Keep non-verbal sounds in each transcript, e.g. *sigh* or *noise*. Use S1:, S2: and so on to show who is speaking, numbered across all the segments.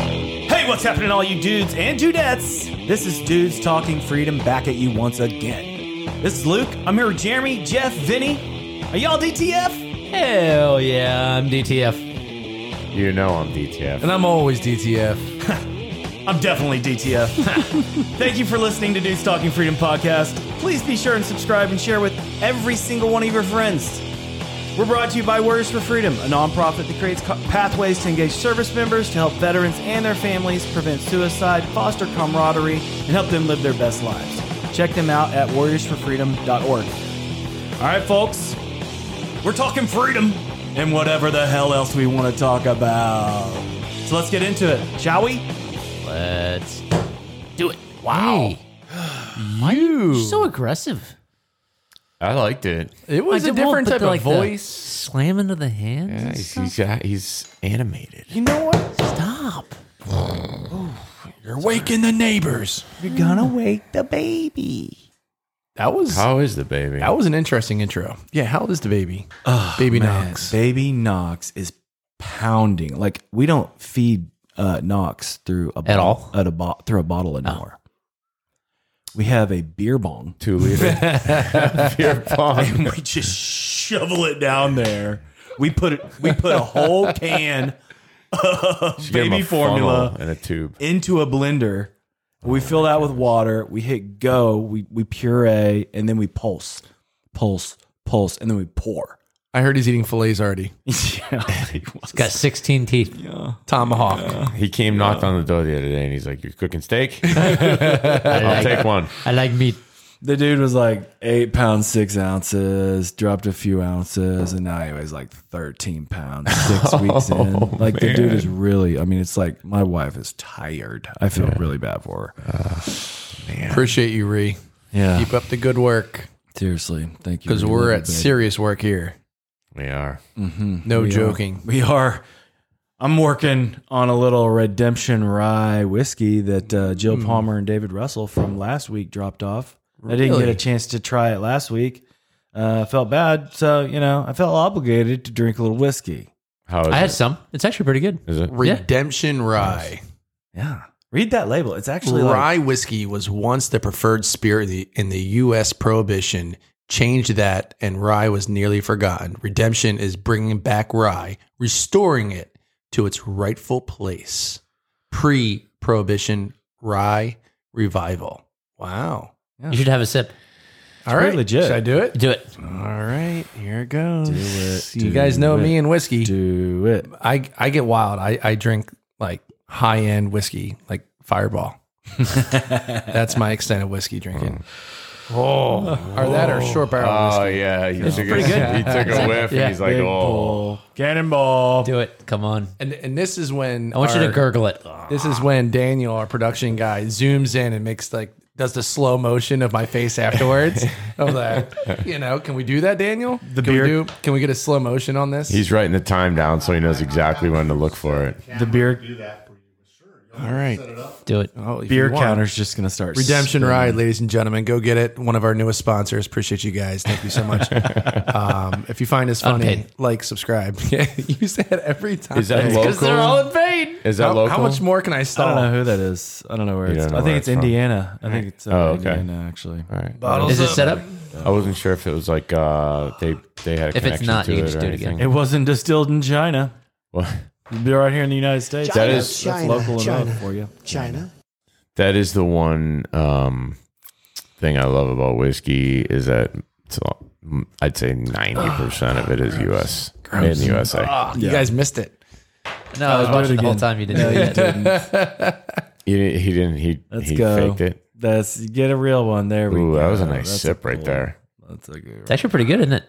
S1: Hey, what's happening, all you dudes and dudettes? This is Dudes Talking Freedom back at you once again. This is Luke. I'm here with Jeremy, Jeff, Vinny. Are y'all DTF?
S2: Hell yeah, I'm DTF.
S3: You know I'm DTF.
S2: And I'm always DTF.
S1: I'm definitely DTF. *laughs* Thank you for listening to Dudes Talking Freedom podcast. Please be sure and subscribe and share with every single one of your friends. We're brought to you by Warriors for Freedom, a nonprofit that creates co- pathways to engage service members to help veterans and their families prevent suicide, foster camaraderie, and help them live their best lives. Check them out at warriorsforfreedom.org. All right, folks, we're talking freedom and whatever the hell else we want to talk about. So let's get into it, shall we?
S2: Let's do it. Wow.
S4: *gasps* You.
S2: You're so aggressive.
S3: I liked it.
S4: it was
S2: Like,
S4: a different
S2: but
S4: type
S2: the- like,
S4: of
S2: the *laughs*
S4: voice.
S2: Slam into the hands.
S3: Yeah,
S2: and
S3: he's,
S2: stuff?
S3: he's, got- he's animated.
S4: you know what?
S2: Stop.
S4: You're waking the neighbors.
S1: You're gonna wake the baby.
S4: That was
S3: How is the baby?
S4: that was an interesting intro. Yeah, how old is the baby? baby Knox.
S1: Baby Knox is pounding. Like we don't feed uh, Knox through a bottle,
S2: all?
S1: at a bo- through a bottle anymore. We have a beer bong. *laughs*
S3: two liter beer pong.
S1: we just shovel it down there. We put it, we put a *laughs* whole can of
S3: She gave him
S1: baby
S3: a funnel
S1: formula
S3: and a tube.
S1: into a blender. We fill that with water. We hit go. We we puree and then we pulse, pulse, pulse, and then we pour.
S4: I heard he's eating fillets already.
S1: *laughs* yeah, he was.
S2: Got 16 teeth.
S4: Tomahawk.
S3: He came, knocked on the door the other day, and he's like, "You're cooking steak? I'll take one."
S2: I like meat.
S1: The dude was like eight pounds six ounces, dropped a few ounces, and now he weighs like thirteen pounds six weeks in. Like the dude is really. I mean, it's like my wife is tired. I feel really bad for her.
S4: Appreciate you, Ree.
S1: Yeah,
S4: Keep up the good work
S1: seriously. Thank you.
S4: because
S1: We
S4: we're
S1: love
S4: at
S1: you, babe.
S4: serious work here.
S3: We are.
S4: No
S1: We are.
S4: joking.
S1: We are. I'm working on a little redemption rye whiskey that uh, Jill
S4: Hmm.
S1: Palmer and David Russell from last week dropped off. I didn't get a
S4: Really?
S1: chance to try it last week. Uh, felt bad, so you know I felt obligated to drink a little whiskey.
S3: How is
S2: I had
S3: it?
S2: some. It's actually pretty good.
S3: Is it?
S4: Redemption Rye.
S1: Yeah, read that label. It's actually like,
S4: Rye whiskey was once the preferred spirit in the, in the U.S. Prohibition. Changed that, and rye was nearly forgotten. Redemption is bringing back rye, restoring it to its rightful place. Pre-prohibition rye revival. Wow!
S2: You should have a sip.
S4: All right,
S1: pretty legit.
S4: Should I do it?
S2: Do it.
S4: All right, here it goes.
S1: Do it,
S4: you
S1: do
S4: guys know
S1: it,
S4: me and whiskey.
S1: do it.
S4: I I get wild. I I drink like high end whiskey, like
S2: *laughs*
S4: Fireball. That's my extent of whiskey drinking. Oh, Uh, or that or short barrel
S3: Oh
S4: whiskey.
S3: yeah, he took, a,
S2: pretty good.
S3: he took a whiff.
S2: Yeah.
S3: and He's like,
S1: Big
S3: "Oh,
S1: bull. cannonball.
S2: Do it. Come on.
S4: And and this is when
S2: I want you
S4: our-
S2: to gurgle it.
S4: This is when Daniel, our production guy, zooms in and makes like does the slow motion of my face
S2: *laughs*
S4: afterwards. I'm like, you know, can we do that, Daniel? The can
S1: beer-
S4: We do, can we get a slow motion on this?
S3: he's writing the time down so he knows exactly when to look for it."
S1: The beer
S4: all right.
S2: Do it.
S4: Oh, if
S1: beer
S4: you want.
S1: counter's just gonna start.
S4: Redemption Ride, ladies and gentlemen, go get it. One of our newest sponsors. Appreciate you guys. Thank you so
S3: *laughs*
S4: much. um, if you find us funny,
S2: Unpaid.
S4: like, subscribe. *laughs* Yeah, you say that every time.
S3: Is that
S4: It's
S3: local?
S4: they're all in vain.
S3: Is that
S4: how,
S3: local?
S4: How much more can
S1: I
S4: I
S1: don't know
S4: stall?
S1: who that is. I don't know where
S3: You
S1: it's.
S3: don't know
S1: I think
S3: where
S1: it's
S3: it's from.
S1: Indiana. I think it's uh,
S3: Oh, okay.
S1: Indiana actually.
S3: All right.
S2: Is it set up?
S3: I wasn't sure if it was like uh, they they had a
S2: If it's
S3: connection
S2: not,
S3: to
S2: you
S3: it
S2: can just
S3: or
S2: do it again.
S3: anything.
S1: It wasn't distilled in China.
S3: Well,
S1: It'd be right here in the United States.
S3: That
S5: China,
S3: is-
S1: That's
S5: China,
S1: local
S5: China,
S1: enough for you.
S5: China.
S3: that is the one um, thing I love about whiskey is that it's all, mm, I'd say ninety percent of it is U.S. in the USA.
S4: You guys
S3: *laughs*
S4: missed it.
S2: No, Oh, I was watching the whole time you didn't do that.
S3: He, didn't- he didn't. He
S1: Let's
S3: he
S1: go.
S3: faked it.
S1: That's get a real one. There we
S3: Ooh,
S1: go.
S3: that was a nice
S1: That's
S3: sip right
S1: cool-
S3: there.
S1: That's a good.
S2: It's actually pretty good, isn't it?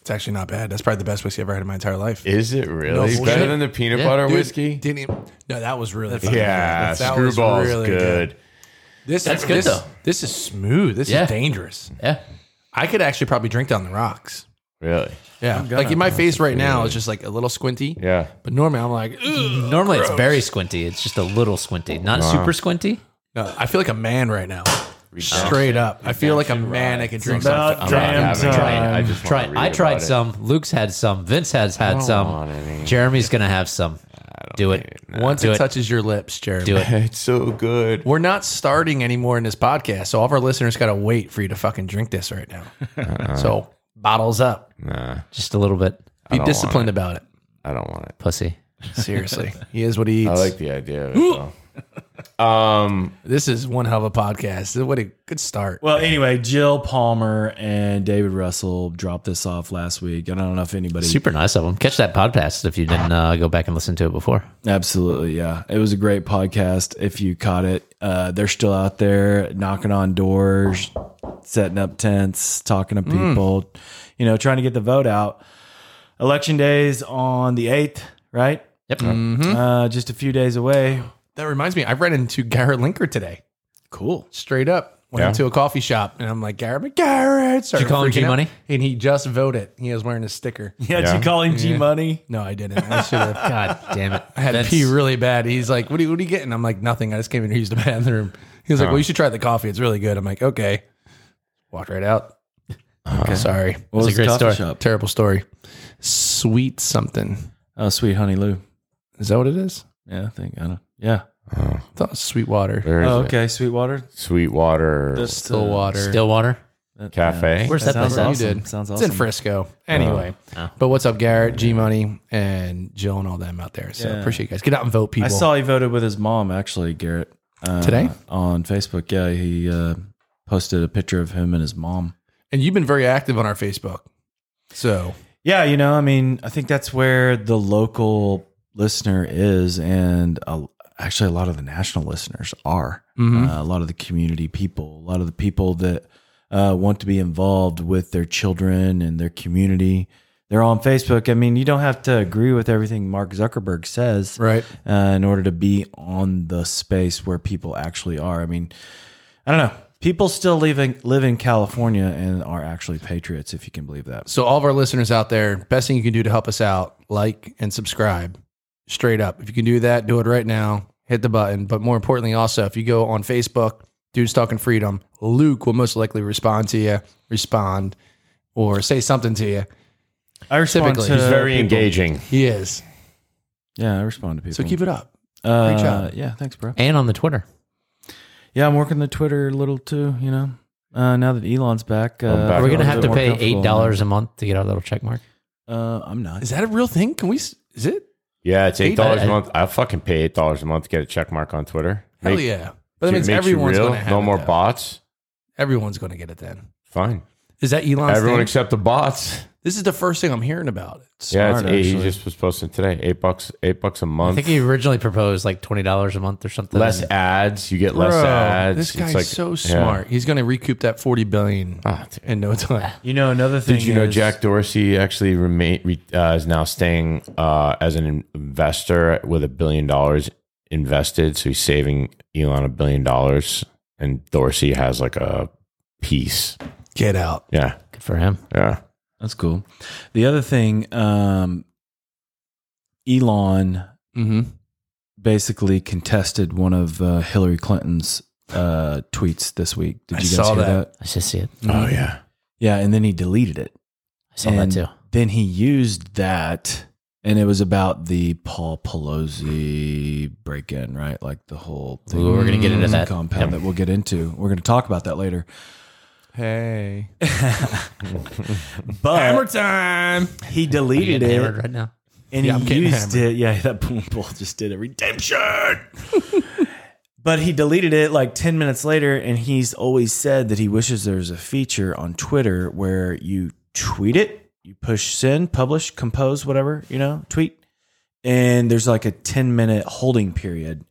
S4: It's actually not bad. That's probably the best whiskey I've ever had in my entire life.
S3: Is it really
S4: bullshit.
S3: better than the peanut
S2: Yeah,
S3: butter
S4: Dude,
S3: whiskey?
S4: Didn't even, no, that was really fucking
S3: Yeah,
S4: good. That was
S3: screwball's
S4: really
S3: good.
S4: This,
S2: That's good,
S4: this,
S2: though.
S4: This is smooth. This
S2: Yeah.
S4: is dangerous.
S2: Yeah.
S4: I could actually probably drink down the rocks.
S3: Really?
S4: Yeah. Like in my face right now, it's just like a little squinty.
S3: Yeah.
S4: But normally I'm like, "Ugh."
S2: Normally it's very squinty. It's just a little squinty, not super squinty.
S4: No, I feel like a man right now. Straight up. I feel like a man I could drink something.
S1: About damn
S3: having it.
S1: time.
S3: I just
S2: Try.
S3: wanna read
S2: I tried
S3: about it.
S2: some. Luke's had some. Vince has had some. Jeremy's gonna have some.
S3: don't
S2: Do
S3: think
S2: it.
S4: Once
S2: Do
S4: it,
S2: it.
S4: touches your lips, Jeremy.
S2: Do it.
S3: It's so good.
S4: We're not starting anymore in this podcast, so all of our listeners got to wait for you to fucking drink this right now. so bottles up.
S3: Nah,
S2: Just a little bit.
S4: Be
S3: don't
S4: disciplined about it.
S3: I don't want it.
S2: Pussy.
S4: Seriously, he is what he eats.
S3: I like the idea of it. though. um,
S4: this is one hell of a podcast. What a good start.
S1: Well, anyway, Jill Palmer and David Russell dropped this off last week. and I don't know if anybody.
S2: Super nice of them. Catch that podcast if you didn't uh, go back and listen to it before.
S1: Absolutely, yeah. It was a great podcast. If you caught it, uh, they're still out there knocking on doors, setting up tents, talking to people, you know, trying to get the vote out. Election days on the eighth, right?
S2: Yep.
S1: Uh, just a few days *laughs* away.
S4: That reminds me, I ran into Garrett Linker today.
S1: Cool.
S4: Straight up, went
S3: Yeah.
S4: into a coffee shop, and I'm like, Garrett, but Garrett. Did
S2: you call him G-Money?
S4: And he just voted. He was wearing a sticker.
S1: Yeah, did
S3: Yeah.
S1: you call him G Money?
S4: No, I didn't. I
S2: *laughs*
S4: should
S2: *laughs*
S4: have.
S2: God damn it.
S4: I had to pee really bad. He's like, what are, you, what are you getting? I'm like, nothing. I just came in here to use the bathroom. He was like, well, you should try the coffee. It's really good. I'm like, okay. Walked
S1: *laughs*
S4: right out. Sorry.
S1: What
S2: a great story.
S1: shop?
S4: Terrible story. Sweet something.
S1: Oh, Sweet Honey Lou.
S4: Is that what it is?
S1: Yeah, I think I don't. Yeah.
S4: I thought it was sweet water.
S3: where is
S1: Oh,
S3: it?
S1: okay. Sweetwater.
S3: Sweetwater
S1: That's
S4: Still
S1: the-
S4: water.
S2: Stillwater.
S1: uh, that-
S3: Cafe.
S2: Where's that
S1: sounds
S2: place at?
S1: awesome.
S4: You did.
S1: Sounds
S4: It's
S1: awesome.
S4: in Frisco. Anyway.
S2: Oh.
S4: But what's up, Garrett, G Money, and Jill and all them out there. So
S1: Yeah.
S4: appreciate you guys. Get out and vote, people.
S1: I saw he voted with his mom actually, Garrett. Uh,
S4: Today?
S1: on Facebook, yeah, he uh, posted a picture of him and his mom.
S4: and you've been very active on our Facebook. So
S1: Yeah, you know, I mean, I think that's where the local listener is, and uh, actually, a lot of the national listeners are.
S4: Mhm.
S1: Uh, a lot of the community people, a lot of the people that uh, want to be involved with their children and their community. They're on Facebook. I mean, you don't have to agree with everything Mark Zuckerberg says,
S4: Right.
S1: uh, in order to be on the space where people actually are. I mean, I don't know. People still live in, live in California and are actually patriots, if you can believe that.
S4: So all of our listeners out there, best thing you can do to help us out, like and subscribe. Straight up. If you can do that, do it right now. Hit the button. But more importantly, also, if you go on Facebook, Dudes Talking Freedom, Luke will most likely respond to you, respond, or say something to you.
S1: I respond
S4: Typically.
S1: to
S4: He's
S3: very
S1: people.
S3: engaging.
S4: He is.
S1: Yeah, I respond to people.
S4: So keep it up.
S1: uh,
S4: reach out.
S1: Yeah, thanks, bro.
S2: And on the Twitter.
S1: Yeah, I'm working the Twitter a little too. You know, uh, now that Elon's back, uh,
S3: back
S2: Are we going to
S3: I'm
S2: have
S3: a
S2: to
S3: bit more
S2: pay $8 a month to get our little check mark?
S1: Uh, I'm not.
S4: Is that a real thing? Can we s- is it?
S3: Yeah, it's eight
S4: Eight-
S3: dollars
S2: I-
S3: a month. I fucking pay eight dollars a month to get a check mark on Twitter.
S4: Hell
S3: Make-
S4: yeah. But that
S3: it
S4: means
S3: makes you
S4: everyone's
S3: real.
S4: gonna have
S3: no
S4: it,
S3: more
S4: though.
S3: bots.
S4: Everyone's gonna get it then.
S3: Fine,
S4: Is that Elon's
S3: everyone
S4: thing?
S3: except the bots.
S4: this is the first thing I'm hearing about. It's
S3: yeah, it's
S1: Smart,
S3: eight. he
S1: actually.
S3: just was posting today. Eight bucks, eight bucks a
S2: I
S3: month.
S2: think he originally proposed like $20 a month or something.
S3: less
S2: And
S3: ads. You get less
S4: Bro,
S3: ads.
S4: This
S3: It's
S4: guy's
S3: like-
S4: so
S3: yeah.
S4: smart. He's going to recoup that forty billion
S3: Ah, dude.
S4: in
S3: *laughs*
S4: no time.
S1: You know, another thing.
S3: Did you know
S1: is-
S3: Jack Dorsey actually remain re- uh, is now staying uh, as an investor with a billion dollars invested? So he's saving Elon a billion dollars, and Dorsey has like a piece.
S4: Get out.
S3: Yeah,
S2: Good for him.
S3: yeah.
S1: That's cool. The other thing, um, Elon
S4: Mm-hmm.
S1: basically contested one of uh, Hillary Clinton's uh, tweets this week. Did
S4: I
S1: you guys
S4: saw
S1: hear
S4: that.
S1: that?
S2: I should see it.
S3: Oh yeah.
S1: Yeah, and then he deleted it.
S2: I saw
S1: And
S2: that too.
S1: Then he used that, and it was about the Paul Pelosi break-in, right? Like the whole thing.
S2: Ooh, we're gonna get into
S1: Mm.
S2: that.
S1: compound that we'll get into. We're going to talk about that
S2: *laughs*
S1: later.
S4: Hey,
S1: But
S4: time.
S1: he deleted
S2: Getting hammered
S1: it
S2: right now.
S1: and
S4: Yeah, I'm
S1: he
S4: getting
S1: used
S4: hammered.
S1: it. Yeah, *laughs* that boom ball just did it. Redemption. *laughs* but he deleted it like 10 minutes later, and he's always said that he wishes there's a feature on Twitter where you tweet it, you push send, publish, compose, whatever, you know, tweet. And there's like a 10 minute holding period.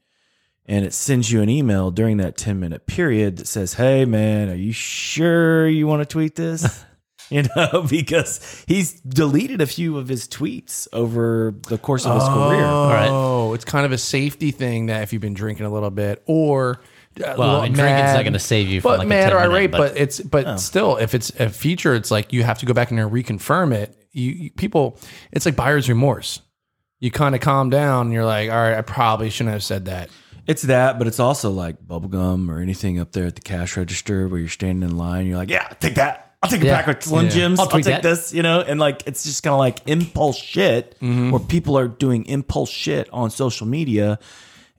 S1: And it sends you an email during that 10 minute period that says, Hey, man, are you sure you want to tweet
S4: *laughs*
S1: this? you know, *laughs* because he's deleted a few of his tweets over the course of his career.
S2: right.
S4: Oh, it's kind of a safety thing that if you've been drinking a little bit or well,
S2: Well, I mean, drinking's not gonna save you from,
S4: but
S2: like, a
S4: mad
S2: 10
S4: or
S2: minute,
S4: irate, but,
S2: but- oh.
S4: it's but still, if it's a feature, it's like you have to go back in there and reconfirm it. You, you people, it's like buyer's remorse. You kind of calm down. And you're like, all right, I probably shouldn't have said that.
S1: It's that, but it's also like bubblegum or anything up there at the cash register where you're standing in line. You're like, yeah, take that. I'll take a
S2: Yeah.
S1: pack of Slim
S4: Yeah.
S1: Jims.
S2: I'll
S1: I'll,
S2: tweak
S1: take
S2: that.
S1: this, you know, and like it's just kind of like impulse shit,
S2: Mm-hmm.
S1: where people are doing impulse shit on social media,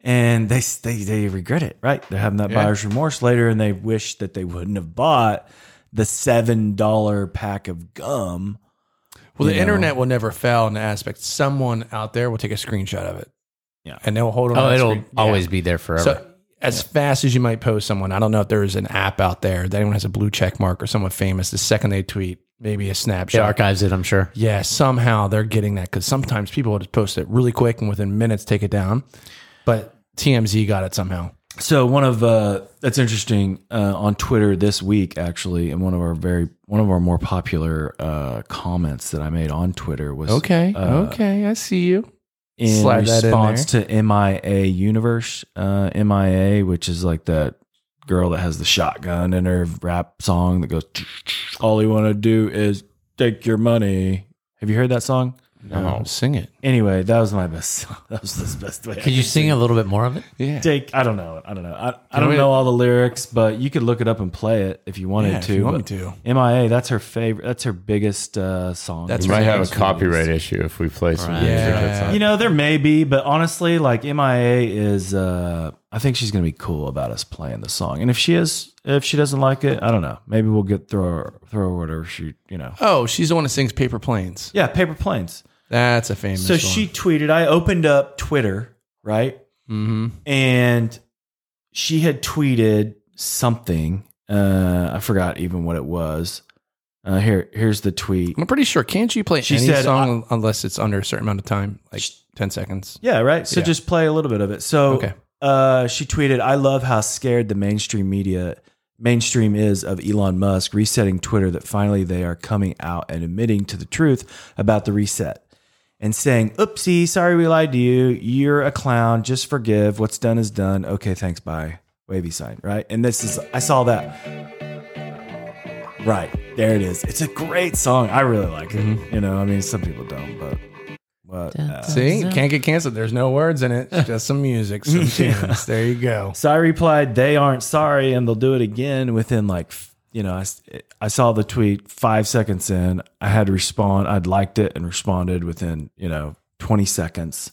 S1: and they they they regret it, right? They're having that buyer's remorse later, and they wish that they wouldn't have bought the seven dollar pack of gum.
S4: Well, the
S1: You know.
S4: internet will never fail in the aspect. Someone out there will take a screenshot of it.
S1: Yeah.
S4: And they'll hold on.
S2: Oh,
S4: to the
S2: it'll
S4: screen- Yeah.
S2: always be there forever.
S4: So as fast as you might post someone, I don't know if there's an app out there that anyone has a blue check mark or someone famous. The second they tweet, maybe a
S2: it
S4: snapshot.
S2: archives it, I'm sure.
S4: Yeah, somehow they're getting that because sometimes people will just post it really quick and within minutes take it down. But TMZ got it somehow.
S1: So one of uh, that's interesting uh, on Twitter this week actually, and one of our very one of our more popular uh, comments that I made on Twitter was uh,
S4: okay, I see you.
S1: in
S4: Slide that in
S1: response to MIA Universe, uh, MIA, which is like that girl that has the shotgun in her rap song that goes, "All you want to do is take your money." Have you heard that song?
S4: No, sing it.
S1: Anyway, that was my best. *laughs* That was the best way. I
S2: Could you
S1: could
S2: sing a little bit more of it?
S4: Yeah,
S1: take? I don't know. I don't know. I, I
S4: we-
S1: don't know all the lyrics, but you could look it up and play it if you wanted
S4: Yeah, if
S1: to.
S4: you want me
S1: but
S4: to.
S1: MIA, that's her favorite. That's her biggest uh, song.
S4: That's
S3: We might have a copyright issue if we play some
S2: Right.
S3: music.
S4: Yeah.
S3: that's not-
S1: You know, there may be, but honestly, like MIA is uh I think she's gonna be cool about us playing the song. And if she is if she doesn't like it, I don't know. Maybe we'll get throw her throw her whatever she you know.
S4: Oh, she's the one that sings "Paper Planes."
S1: Yeah, paper planes.
S4: That's a famous.
S1: So she tweeted, I opened up Twitter, right?
S4: Mm-hmm.
S1: and she had tweeted something. Uh I forgot even what it was. Uh here here's the tweet.
S4: I'm pretty sure. Can't you play
S1: She
S4: any
S1: said, uh,
S4: song unless it's under a certain amount of time, like ten seconds?
S1: Yeah, right. So
S4: Yeah.
S1: just play a little bit of it. So
S4: Okay.
S1: uh, she tweeted, "I love how scared the mainstream media mainstream is of Elon Musk resetting Twitter. That finally they are coming out and admitting to the truth about the reset." And saying, oopsie, sorry we lied to you. You're a clown. Just forgive. What's done is done. Okay, thanks. Bye. Wavy sign, right? And this is, I saw that. Right. There it is. It's a great song. I really like it. You know, I mean, some people don't, but. but uh,
S4: See, can't get canceled. There's no words in it. It's just some
S3: *laughs*
S4: music, some tunes. There you go.
S1: So I replied, "They aren't sorry, and they'll do it again." Within like, f- you know, I, s- I saw the tweet five seconds in. I had to respond. I'd liked it and responded within you know twenty seconds,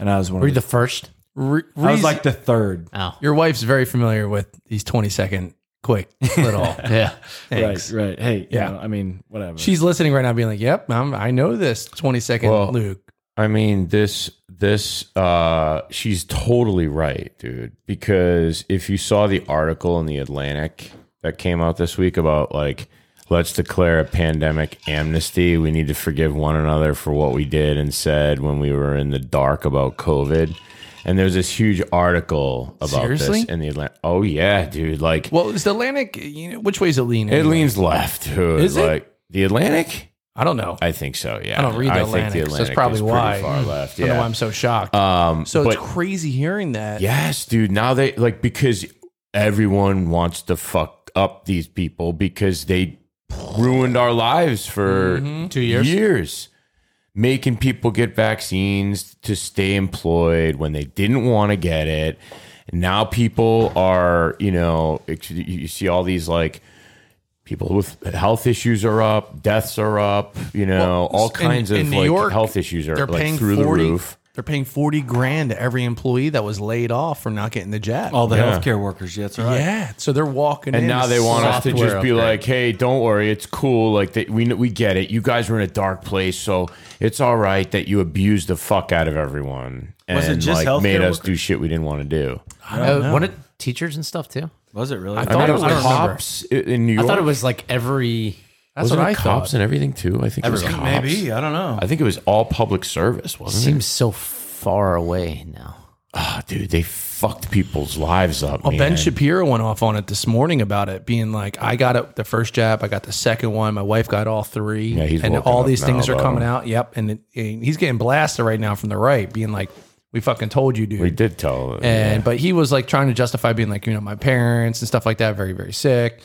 S1: and I was one.
S2: Were
S1: Of
S2: you
S1: the,
S2: the first?
S4: Re-
S1: I was
S4: reason-
S1: like the third.
S2: Oh,
S4: your wife's very familiar with these 20 second quick
S3: *laughs*
S4: little.
S2: yeah.
S4: Thanks.
S1: Right, right. Hey, yeah.
S4: Yeah.
S1: I mean, whatever.
S4: She's listening right now, being like, "Yep, I'm, I know this 20 second
S3: Well,
S4: Luke."
S3: I mean, this this uh she's totally right, dude. Because if you saw the article in the Atlantic that came out this week about like let's declare a pandemic amnesty, we need to forgive one another for what we did and said when we were in the dark about COVID. And there's this huge article about
S4: Seriously?
S3: this in the Atlantic. Oh yeah, dude. Like
S4: Well, is the Atlantic? You know, which way is it leaning?
S3: it leans left, dude.
S4: Is it?
S3: like the Atlantic?
S4: I don't know. I,
S3: I think so. Yeah,
S4: don't read the Atlantic. so that's probably
S3: is pretty
S4: why. Hmm.
S3: far left.
S4: I don't know
S3: Yeah.
S4: why I'm so shocked.
S3: Um,
S4: so
S3: but-
S4: it's crazy hearing that.
S3: Yes, dude. Now they like because everyone wants to fuck up these people because they ruined our lives for
S4: Two years.
S3: years, making people get vaccines to stay employed when they didn't want to get it. Now people are, you know, ex- you see all these like people with health issues are up, deaths are up, you know, all
S4: in-
S3: kinds of
S4: in New
S3: like
S4: York,
S3: health issues are
S4: They're
S3: like
S4: paying
S3: through
S4: 40,
S3: the roof.
S4: They're paying 40 grand to every employee that was laid off for not getting the jab.
S1: all the
S3: Yeah.
S1: healthcare workers. Yeah, that's right.
S4: yeah. So they're walking
S3: And
S4: in
S3: now they want us to
S2: software
S3: just be
S2: upgrade.
S3: like, "Hey, don't worry, it's cool. Like they, we kn- we get it. You guys were in a dark place, so it's all right that you abused the fuck out of everyone and
S1: Was it just
S3: like made
S1: healthcare
S3: us do shit we didn't want to do."
S2: Uh, one of teachers and stuff too.
S1: Was it really?
S3: I thought it was
S4: like
S3: cops i- in New York.
S2: I thought it was like every.
S4: That's
S3: Wasn't
S4: what
S3: it
S4: I
S3: cops
S4: thought.
S3: and everything too. I think it was cops.
S1: maybe. I don't know.
S3: I think it was all public service, wasn't
S2: Seems so far away now.
S3: it? Ah, dude, they fucked people's lives up.
S4: Well, Ben
S3: man.
S4: Shapiro went off on it this morning about it being like, I got it the first jab, I got the second one, my wife got all three,
S3: Yeah, he's
S4: and
S3: woken
S4: all
S3: up
S4: these
S3: now
S4: things are
S3: about
S4: coming
S3: him.
S4: out. Yep, and, it, and he's getting blasted right now from the right, being like, "We fucking told you, dude."
S3: we did tell.
S4: and but he was like trying to justify being like, you know, my parents and stuff like that, very very sick.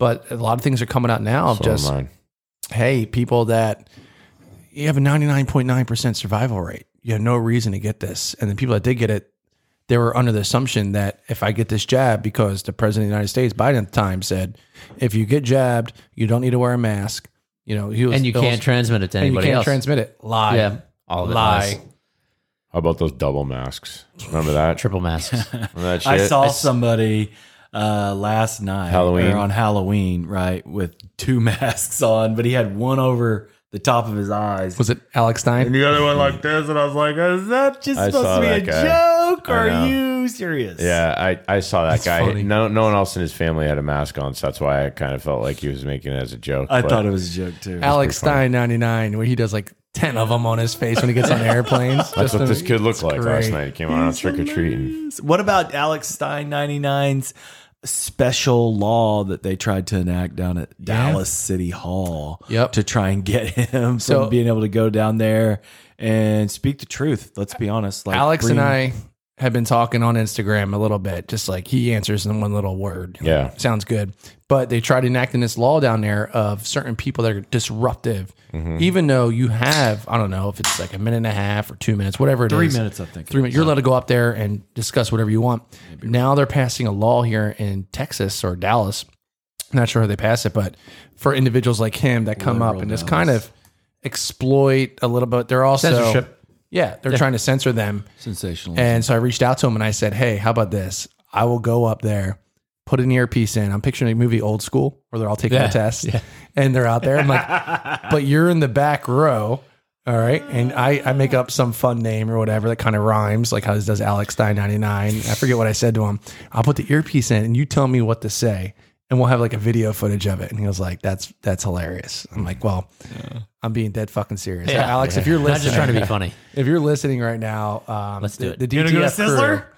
S4: But a lot of things are coming out now of
S3: So
S4: just
S3: mine.
S4: hey, people that you have a 99.9% survival rate. You have no reason to get this. And then people that did get it, they were under the assumption that if I get this jab, because the president of the United States, Biden at the time, said, if you get jabbed, you don't need to wear a mask. You know, he was,
S2: and you
S4: it was-
S2: can't transmit it to
S4: and you
S2: anybody
S4: can't
S2: else.
S4: transmit it. Lie.
S2: yeah, all of it.
S4: Lie.
S2: lies.
S3: How about those double masks? Remember that?
S2: Triple
S4: *laughs*
S2: masks.
S3: Remember that shit?
S1: I saw somebody uh, last night
S3: Halloween?
S1: or on Halloween, right, with two *laughs* masks on, but he had one over the top of his eyes.
S4: Was it Alex Stein?
S1: the other one like this, and I was like, "Is that just
S3: I
S1: supposed
S3: saw
S1: to be a
S3: that guy.
S1: joke?
S3: I
S1: Or
S3: know.
S1: are you serious?"
S3: Yeah, I, I saw that
S4: That's
S3: guy.
S4: funny.
S3: No no one else in his family had a mask on, so that's why I kind of felt like he was making it as a joke.
S1: I
S3: but-
S1: thought it was a joke too.
S4: Alex
S3: pretty funny.
S4: Stein 99, where he does like 10 of them on his face when he
S3: *laughs*
S4: gets on airplanes.
S3: That's
S4: Just
S3: what
S4: to-
S3: this kid looked
S4: it's
S3: like
S4: great.
S3: last night. He came out on trick or treating.
S1: What about Alex Stein 99's special law that they tried to enact down at Dallas City Hall
S4: Yep.
S1: to try and get him
S4: So-
S1: from being able to go down there and speak the truth? Let's be honest. Like
S4: Alex
S1: bring-
S4: and I have been talking on Instagram a little bit, just like he answers in one little word.
S3: Yeah.
S4: Sounds good. But they tried enacting this law down there of certain people that are disruptive, even though you have, I don't know if it's like a minute and a half or two minutes, whatever it is.
S1: three minutes, I think.
S4: Three minutes. You're allowed to go up there and discuss whatever you want. Now they're passing a law here in Texas or Dallas. Not sure how they pass it, but for individuals like him that come up and just kind of exploit a little bit, they're also
S2: Censorship.
S4: Yeah, they're trying to censor them.
S1: Sensational.
S4: And so I reached out to him and I said, Hey, how about this? I will go up there, put an earpiece in. I'm picturing a movie old school where they're all taking a test and they're out there. I'm
S2: *laughs*
S4: like, But you're in the back row. All right. And I, I make up some fun name or whatever that kind of rhymes, like how this does Alex Stein 99. I forget what I said to him. I'll put the earpiece in and you tell me what to say. And we'll have like a video footage of it. And he was like, That's that's hilarious. I'm like, Well, I'm being dead fucking serious.
S2: Yeah.
S4: Alex, if you're listening,
S2: Not just trying to be
S4: *laughs*
S2: funny.
S4: if you're listening right now, um,
S2: Let's do
S4: the-
S2: it.
S4: The
S1: You
S4: DTF
S1: gonna go to Sizzler?
S4: crew-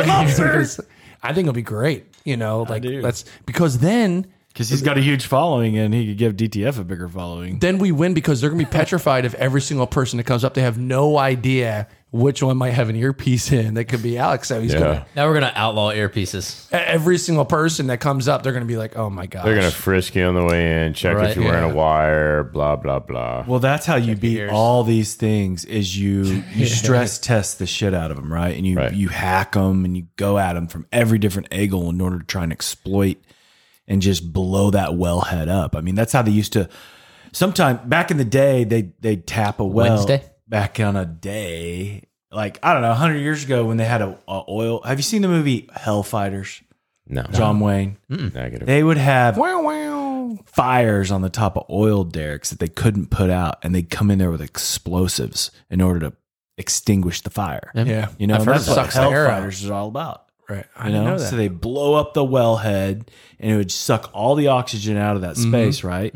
S1: Red Lobster.
S4: I think it'll be great. You know, like
S1: do.
S4: let's because then
S1: Because he's got a huge following, and he could give DTF a bigger following.
S4: then we win because they're gonna be petrified if every single person that comes up. They have no idea which one might have an earpiece in. That could be Alex. So he's
S3: Yeah.
S4: gonna e-,
S2: Now we're gonna outlaw earpieces.
S4: every single person that comes up, they're gonna be like, oh my god,
S3: They're gonna frisk you on the way in, check
S2: Right,
S3: if you're wearing
S4: yeah.
S3: a wire, blah blah blah.
S1: Well, that's how you beat all these things is you
S3: *laughs*
S1: you stress test the shit out of them, right? And you
S3: Right.
S1: you hack them and you go at them from every different angle in order to try and exploit and just blow that well head up. I mean, that's how they used to. Sometime back in the day, they they tap a well
S2: Wednesday?
S1: back on a day like I don't know, hundred years ago when they had a, a oil. Have you seen the movie Hellfighters?
S3: no,
S1: John Wayne.
S3: negative.
S1: They would have
S4: wow wow.
S1: fires on the top of oil derricks that they couldn't put out, and they'd come in there with explosives in order to extinguish the fire.
S4: Yeah,
S1: You know,
S4: I've
S1: and
S4: heard
S1: that's
S4: of
S1: what
S4: Sucks the air out.
S1: Hellfighters is all about.
S4: right? I
S1: You
S4: didn't
S1: know,
S4: know that.
S1: so they blow up the wellhead, and it would suck all the oxygen out of that
S4: Mm-hmm.
S1: space, right?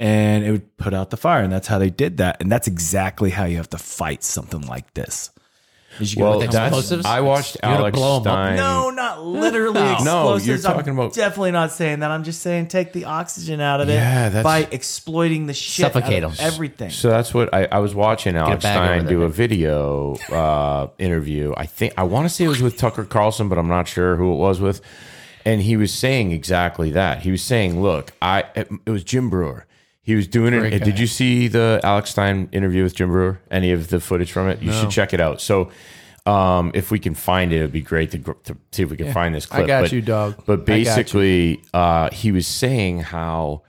S1: And it would put out the fire, and that's how they did that. And that's exactly how you have to fight something like this. Is you
S3: Well,
S1: get-
S3: that's,
S2: explosives?
S3: I watched
S2: You're gonna
S3: Alex
S2: blow 'em up?
S3: Stein.
S1: no, not literally
S2: No,
S1: explosives.
S3: you're
S1: I'm
S3: talking about-
S1: definitely not saying that. I'm just saying take the oxygen out of it
S3: Yeah, that's-
S1: by exploiting the shit, out of
S2: Suffocate 'em.
S1: everything.
S3: So that's what I, I was watching Alex
S2: bag over
S3: Stein
S2: there.
S3: do a video uh, interview. I think I want to say it was with Tucker Carlson, but I'm not sure who it was with. And he was saying exactly that. He was saying, "Look, I it, was Jim Brewer. He was doing it. Did you see the Alex Stein interview with Jim Brewer? Any of the footage from it? You should check it out. So." Um, if we can find it, it'd be great to, gr- to see if we can find this clip.
S4: got you, dog.
S3: But
S4: I got you.
S3: basically, uh, he was saying how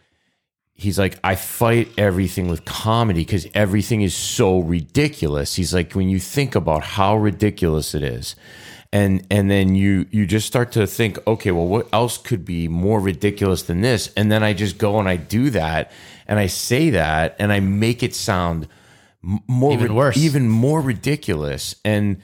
S3: he's like i fight everything with comedy because everything is so ridiculous he's like when you think about how ridiculous it is and and then you you just start to think okay well what else could be more ridiculous than this and then i just go and i do that and i say that and i make it sound m- more
S2: Even
S3: ri-
S2: worse.
S3: even more ridiculous and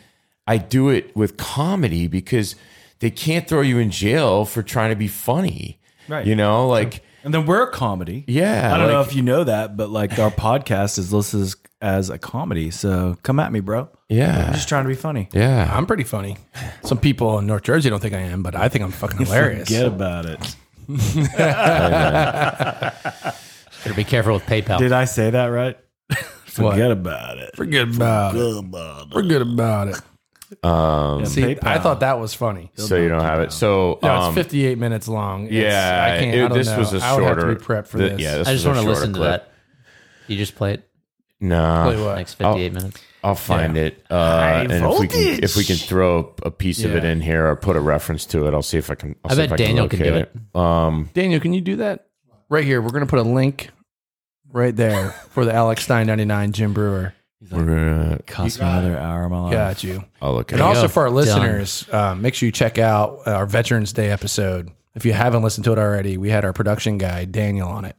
S3: i do it with comedy because they can't throw you in jail for trying to be funny
S1: Right.
S3: you know like
S1: and then we're a comedy.
S3: Yeah,
S1: I don't know
S3: like-
S1: if you know that, but like our podcast is listed as, as a comedy. So come at me, bro.
S3: yeah
S1: I'm just trying to be funny.
S3: Yeah.
S4: I'm pretty funny. Some people in North Jersey don't think I am, but I think
S1: *laughs*
S4: I'm fucking hilarious.
S1: Forget about it.
S2: Better be careful with PayPal.
S1: Did I say that right? Forget about it.
S4: Forget about it.
S1: Forget about it.
S4: Forget about it.
S3: Um,
S4: See,
S1: PayPal.
S4: I thought that was funny.
S3: so you don't have it. So
S4: No,
S3: um,
S4: it's 58 minutes long. It's-
S3: yeah,
S4: I can't.
S3: it-
S4: I don't
S3: this
S4: know.
S3: was a
S4: I would have
S3: shorter.
S4: to be prepped for
S3: thi-
S4: this.
S3: Yeah, this
S2: I just
S3: was
S2: want
S3: a
S2: to
S3: shorter
S2: listen to
S3: clip.
S2: that. You just play it. Play
S3: No,
S4: what? Oh.
S2: Next 58 minutes.
S3: I'll find it. Uh,
S1: High
S3: and if we can, if we can
S1: voltage.
S3: throw a piece of it
S4: Yeah.
S3: in here or put a reference to it, I'll see if I can. I'll
S2: I
S3: see
S2: bet
S3: if I
S2: Daniel can do
S3: locate Um,
S4: Daniel, can you do that right here? We're gonna put a link right there for the Alex Stein ninety nine Jim Brewer.
S3: we're gonna.
S5: Cost me another hour of my life.
S4: Got you.
S3: I'll look at
S4: And
S3: it.
S4: also
S2: go.
S4: for our
S2: Done.
S4: listeners, um, make sure you check out our Veterans Day episode. If you haven't listened to it already, we had our production guy Daniel on it.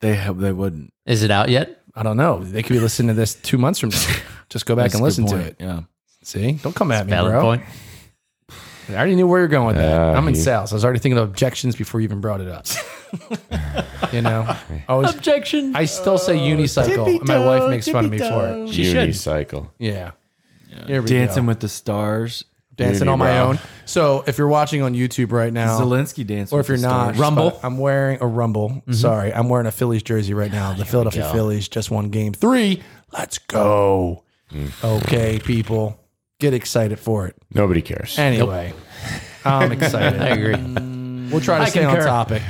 S5: They ha- they wouldn't.
S2: Is it out yet?
S4: I don't know. They could be listening to this two months from now. Just go back
S5: That's a
S4: and
S5: good
S4: listen to
S5: point.
S4: it.
S5: Yeah.
S4: See, don't come at me,
S2: Valid
S4: bro.
S2: point.
S4: I already knew where you're going with that.
S3: Yeah,
S4: I'm in
S3: he-
S4: sales. I was already thinking of objections before you even brought it up. *laughs* you know, I always
S2: Objection.
S4: I still say unicycle. and my wife makes fun of me for it.
S2: She should.
S3: Unicycle.
S4: Yeah. Here we
S5: Dancing
S4: go.
S5: with the Stars.
S4: dancing on my
S3: Unibrow.
S4: own. So if you're watching on YouTube right now,
S5: Zelensky dance.
S4: or if
S5: with
S4: you're
S5: the
S4: not, Mm-hmm.
S5: Stars.
S2: Rumble.
S4: I'm wearing a Rumble. Sorry, I'm wearing a Phillies jersey right now. The Philadelphia Phillies just won Game Three. Let's go. Okay, people, get excited for it.
S3: Nobody cares.
S4: Eh. Anyway, *laughs* I'm excited.
S2: I agree.
S4: We'll try to stay on
S2: concur.
S4: topic.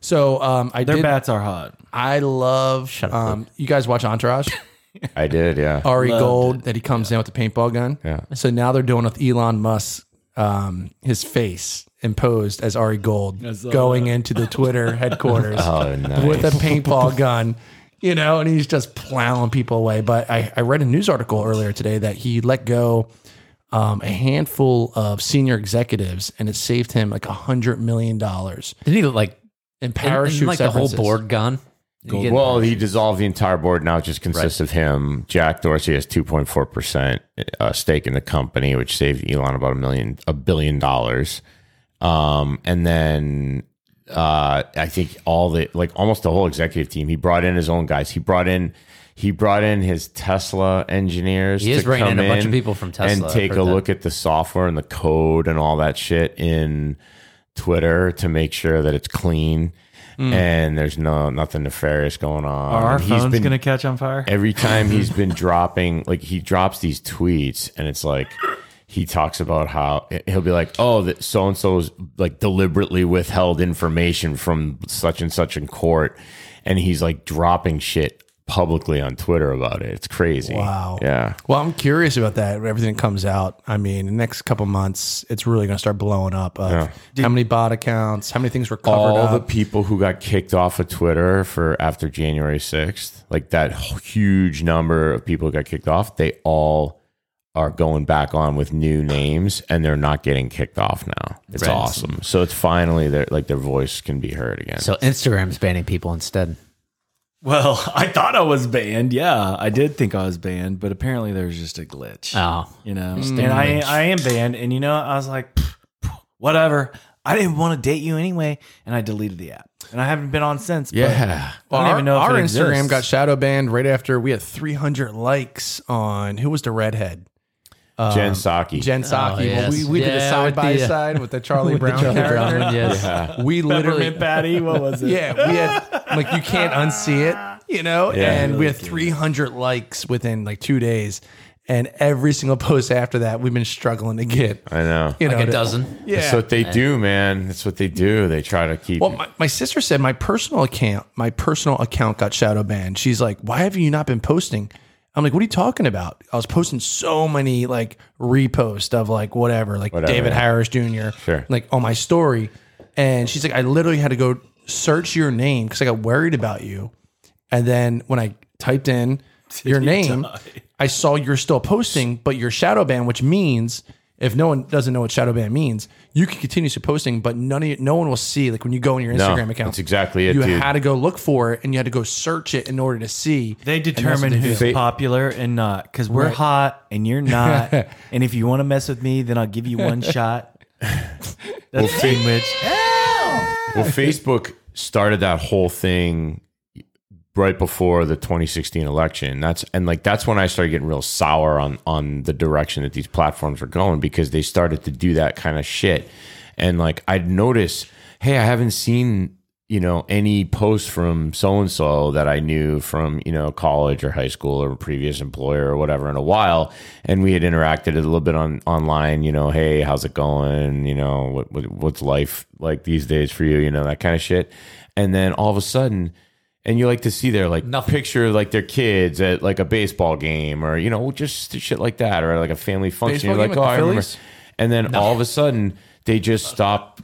S4: So um, I
S5: Their
S4: did.
S5: bats are hot.
S4: I love.
S2: Shut up,
S4: um, you guys watch Entourage?
S3: I did. Yeah.
S4: Ari Gold that he comes in with the paintball gun.
S3: Yeah.
S4: So now they're doing with Elon Musk, um, his face imposed as Ari Gold
S5: saw
S4: going into the Twitter headquarters
S3: Oh, nice.
S4: with a paintball gun, you know, and he's just plowing people away. But I, I read a news article earlier today that he let go um, a handful of senior executives and it saved him like a hundred million dollars
S2: Didn't he like
S4: in parachute
S2: parachute like the whole
S4: severances.
S2: board gone? You get-
S3: Well, he dissolved the entire board. Now it just consists of him. Jack Dorsey has 2.4% uh, stake in the company, which saved Elon about a million, a billion dollars. Um, and then uh, I think all the, like almost the whole executive team, he brought in his own guys. He brought in, he brought in his Tesla engineers.
S2: He is
S3: to
S2: bringing in
S3: come
S2: a bunch of people from Tesla.
S3: and
S2: I've
S3: take
S2: heard
S3: a
S2: that.
S3: look at the software and the code and all that shit in Twitter to make sure that it's clean and there's no nothing nefarious going on.
S5: Hmm. Are our
S3: Oh, And he's
S5: phones
S3: been
S5: gonna catch on fire? *laughs*
S3: every time he's been dropping like he drops these tweets and it's like he talks about how he'll be like oh that so and so is like deliberately withheld information from such and such in court and he's like dropping shit publicly on Twitter about it. It's crazy.
S4: Wow.
S3: Yeah.
S4: Well, I'm curious about that. when Everything comes out. I mean, the next couple months, it's really going to start blowing up. Of How many bot accounts? How many things were covered
S3: all the
S4: up?
S3: people who got kicked off of Twitter for after January 6th, like that huge number of people who got kicked off, they all are going back on with new names and they're not getting kicked off now. It's
S2: Right.
S3: awesome. So it's finally their like their voice can be heard again.
S2: So Instagram's banning people instead.
S5: Well, I thought I was banned. Yeah, I did think I was banned, but apparently there was just a glitch.
S2: Oh,
S5: you know, and I I am banned, and you know, I was like, "Pff, pff, whatever. I didn't want to date you anyway, and I deleted the app, and I haven't been on since. but
S3: yeah.
S5: I don't
S4: our
S5: even know if
S4: our
S5: it
S4: Instagram
S5: exists.
S4: got shadow banned right after we had 300 likes on who was the redhead?
S3: Jen Psaki.
S4: Jen Psaki. Well,
S2: Oh, yes.
S4: we we did a
S2: Yeah,
S4: side
S2: with
S4: by
S2: the, uh,
S4: side with
S2: *laughs*
S4: the Charlie Brown
S2: Charlie
S4: character.
S2: Brown, yes.
S4: We literally,
S5: Peppermint Patty. What was it?
S4: *laughs* yeah, we had like you can't unsee it, you know.
S3: Yeah.
S4: and we had 300 likes within like two days, and every single post after that, we've been struggling to get.
S3: I know.
S4: You know,
S2: like a
S4: to-
S2: dozen.
S4: Yeah.
S3: That's what they do, man. That's what they do. They try to keep
S4: Well, my, my sister said my personal account, my personal account got shadow banned. She's like, "Why have you not been posting?" I'm like, "What are you talking about?" I was posting so many like reposts of like whatever, like
S3: Whatever.
S4: David Harris Jr.
S3: Sure.
S4: like on my story, and she's like, "I literally had to go search your name because I got worried about you." And then when I
S3: *laughs*
S4: typed in your name, I saw you're still posting, but you're shadow banned, which means if no one doesn't know what shadow ban means, you can continue to posting, but none of you, no one will see. Like when you go on your
S3: No,
S4: Instagram account,
S3: that's exactly it,
S4: You
S3: dude.
S4: had to go look for it, and you had to go search it in order to see.
S5: They determine
S4: they
S5: who's
S3: do. They-
S5: popular and not, because we're hot and you're not. and if you want to mess with me, then I'll give you one shot. That's pretty much.
S3: Well, Facebook started that whole thing right before the 2016 election. That's and like that's when I started getting real sour on on the direction that these platforms were going because they started to do that kind of shit. And like I'd notice, hey, I haven't seen you know any posts from so and so that I knew from you know college or high school or previous employer or whatever in a while, and we had interacted a little bit on online. You know, hey, how's it going? You know, what, what what's life like these days for you? You know that kind of shit. And then all of a sudden, and you like to see their like
S2: Nothing.
S3: picture like their kids at like a baseball game or you know just shit like that or like a family function.
S4: Baseball
S3: You're like,
S4: game with
S3: oh,
S4: the
S3: I remember.
S4: Phillies? Uh,
S3: And then all of a sudden they just stop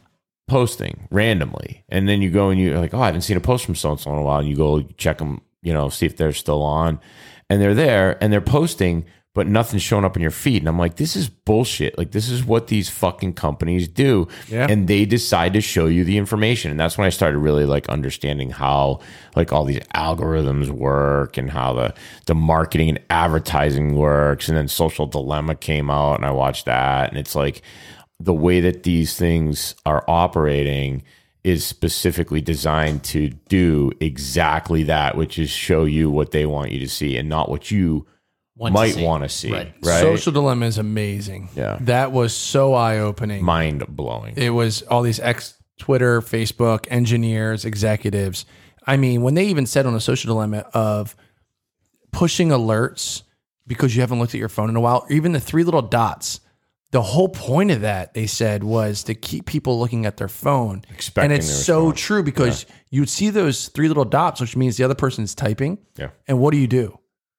S3: posting randomly, and then you go and you're like, oh, I haven't seen a post from so and so in a while, and you go check them, you know, see if they're still on, and they're there and they're posting. But nothing's showing up in your feed. And I'm like, this is bullshit. Like, this is what these fucking companies do.
S4: Yeah.
S3: And they decide to show you the information and that's when i started really like understanding how like all these algorithms work and how the the marketing and advertising works and then social dilemma came out and i watched that and it's like the way that these things are operating is specifically designed to do exactly that which is show you what they want you to see and not what you
S2: Want to
S3: might
S2: see.
S3: want to see
S2: Right.
S3: right,
S4: Social Dilemma is amazing.
S3: Yeah.
S4: That was so eye opening.
S3: mind blowing
S4: It was all these ex Twitter, Facebook engineers, executives. I mean, when they even said on a social dilemma of pushing alerts because you haven't looked at your phone in a while, or even the three little dots. The whole point of that, they said, was to keep people looking at their phone.
S3: Expecting
S4: and it's
S3: the
S4: so true because you'd see those three little dots, which means the other person's typing.
S3: Yeah.
S4: And what do you do?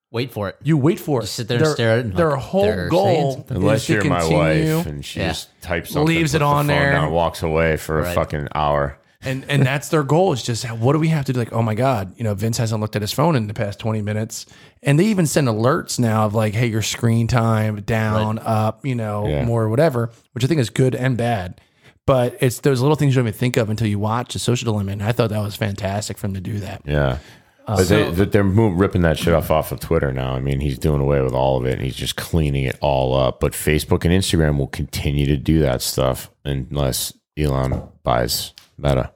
S2: Wait for it.
S4: You wait for it.
S2: sit there and
S4: Their-
S2: stare at it and
S4: Their
S2: like,
S4: whole
S2: they're saying
S4: goal,
S2: something.
S3: Unless
S4: is to
S3: you're my
S4: continue-
S3: wife and she
S2: Yeah.
S3: just types something,
S4: Leaves
S3: puts
S4: it
S3: the
S4: on
S3: phone
S4: there.
S3: down, walks away for
S2: Right.
S3: a fucking hour.
S4: and and that's their goal is just what do we have to do like oh my god you know vince hasn't looked at his phone in the past 20 minutes and they even send alerts now of like hey your screen time down up you know
S3: Yeah.
S4: more whatever which i think is good and bad but it's those little things you don't even think of until you watch a social dilemma and i thought that was fantastic for him to do that
S3: Yeah. but they, that they're mo- ripping that shit off off of Twitter now. I mean, he's doing away with all of it, and he's just cleaning it all up. But Facebook and Instagram will continue to do that stuff unless Elon buys Meta.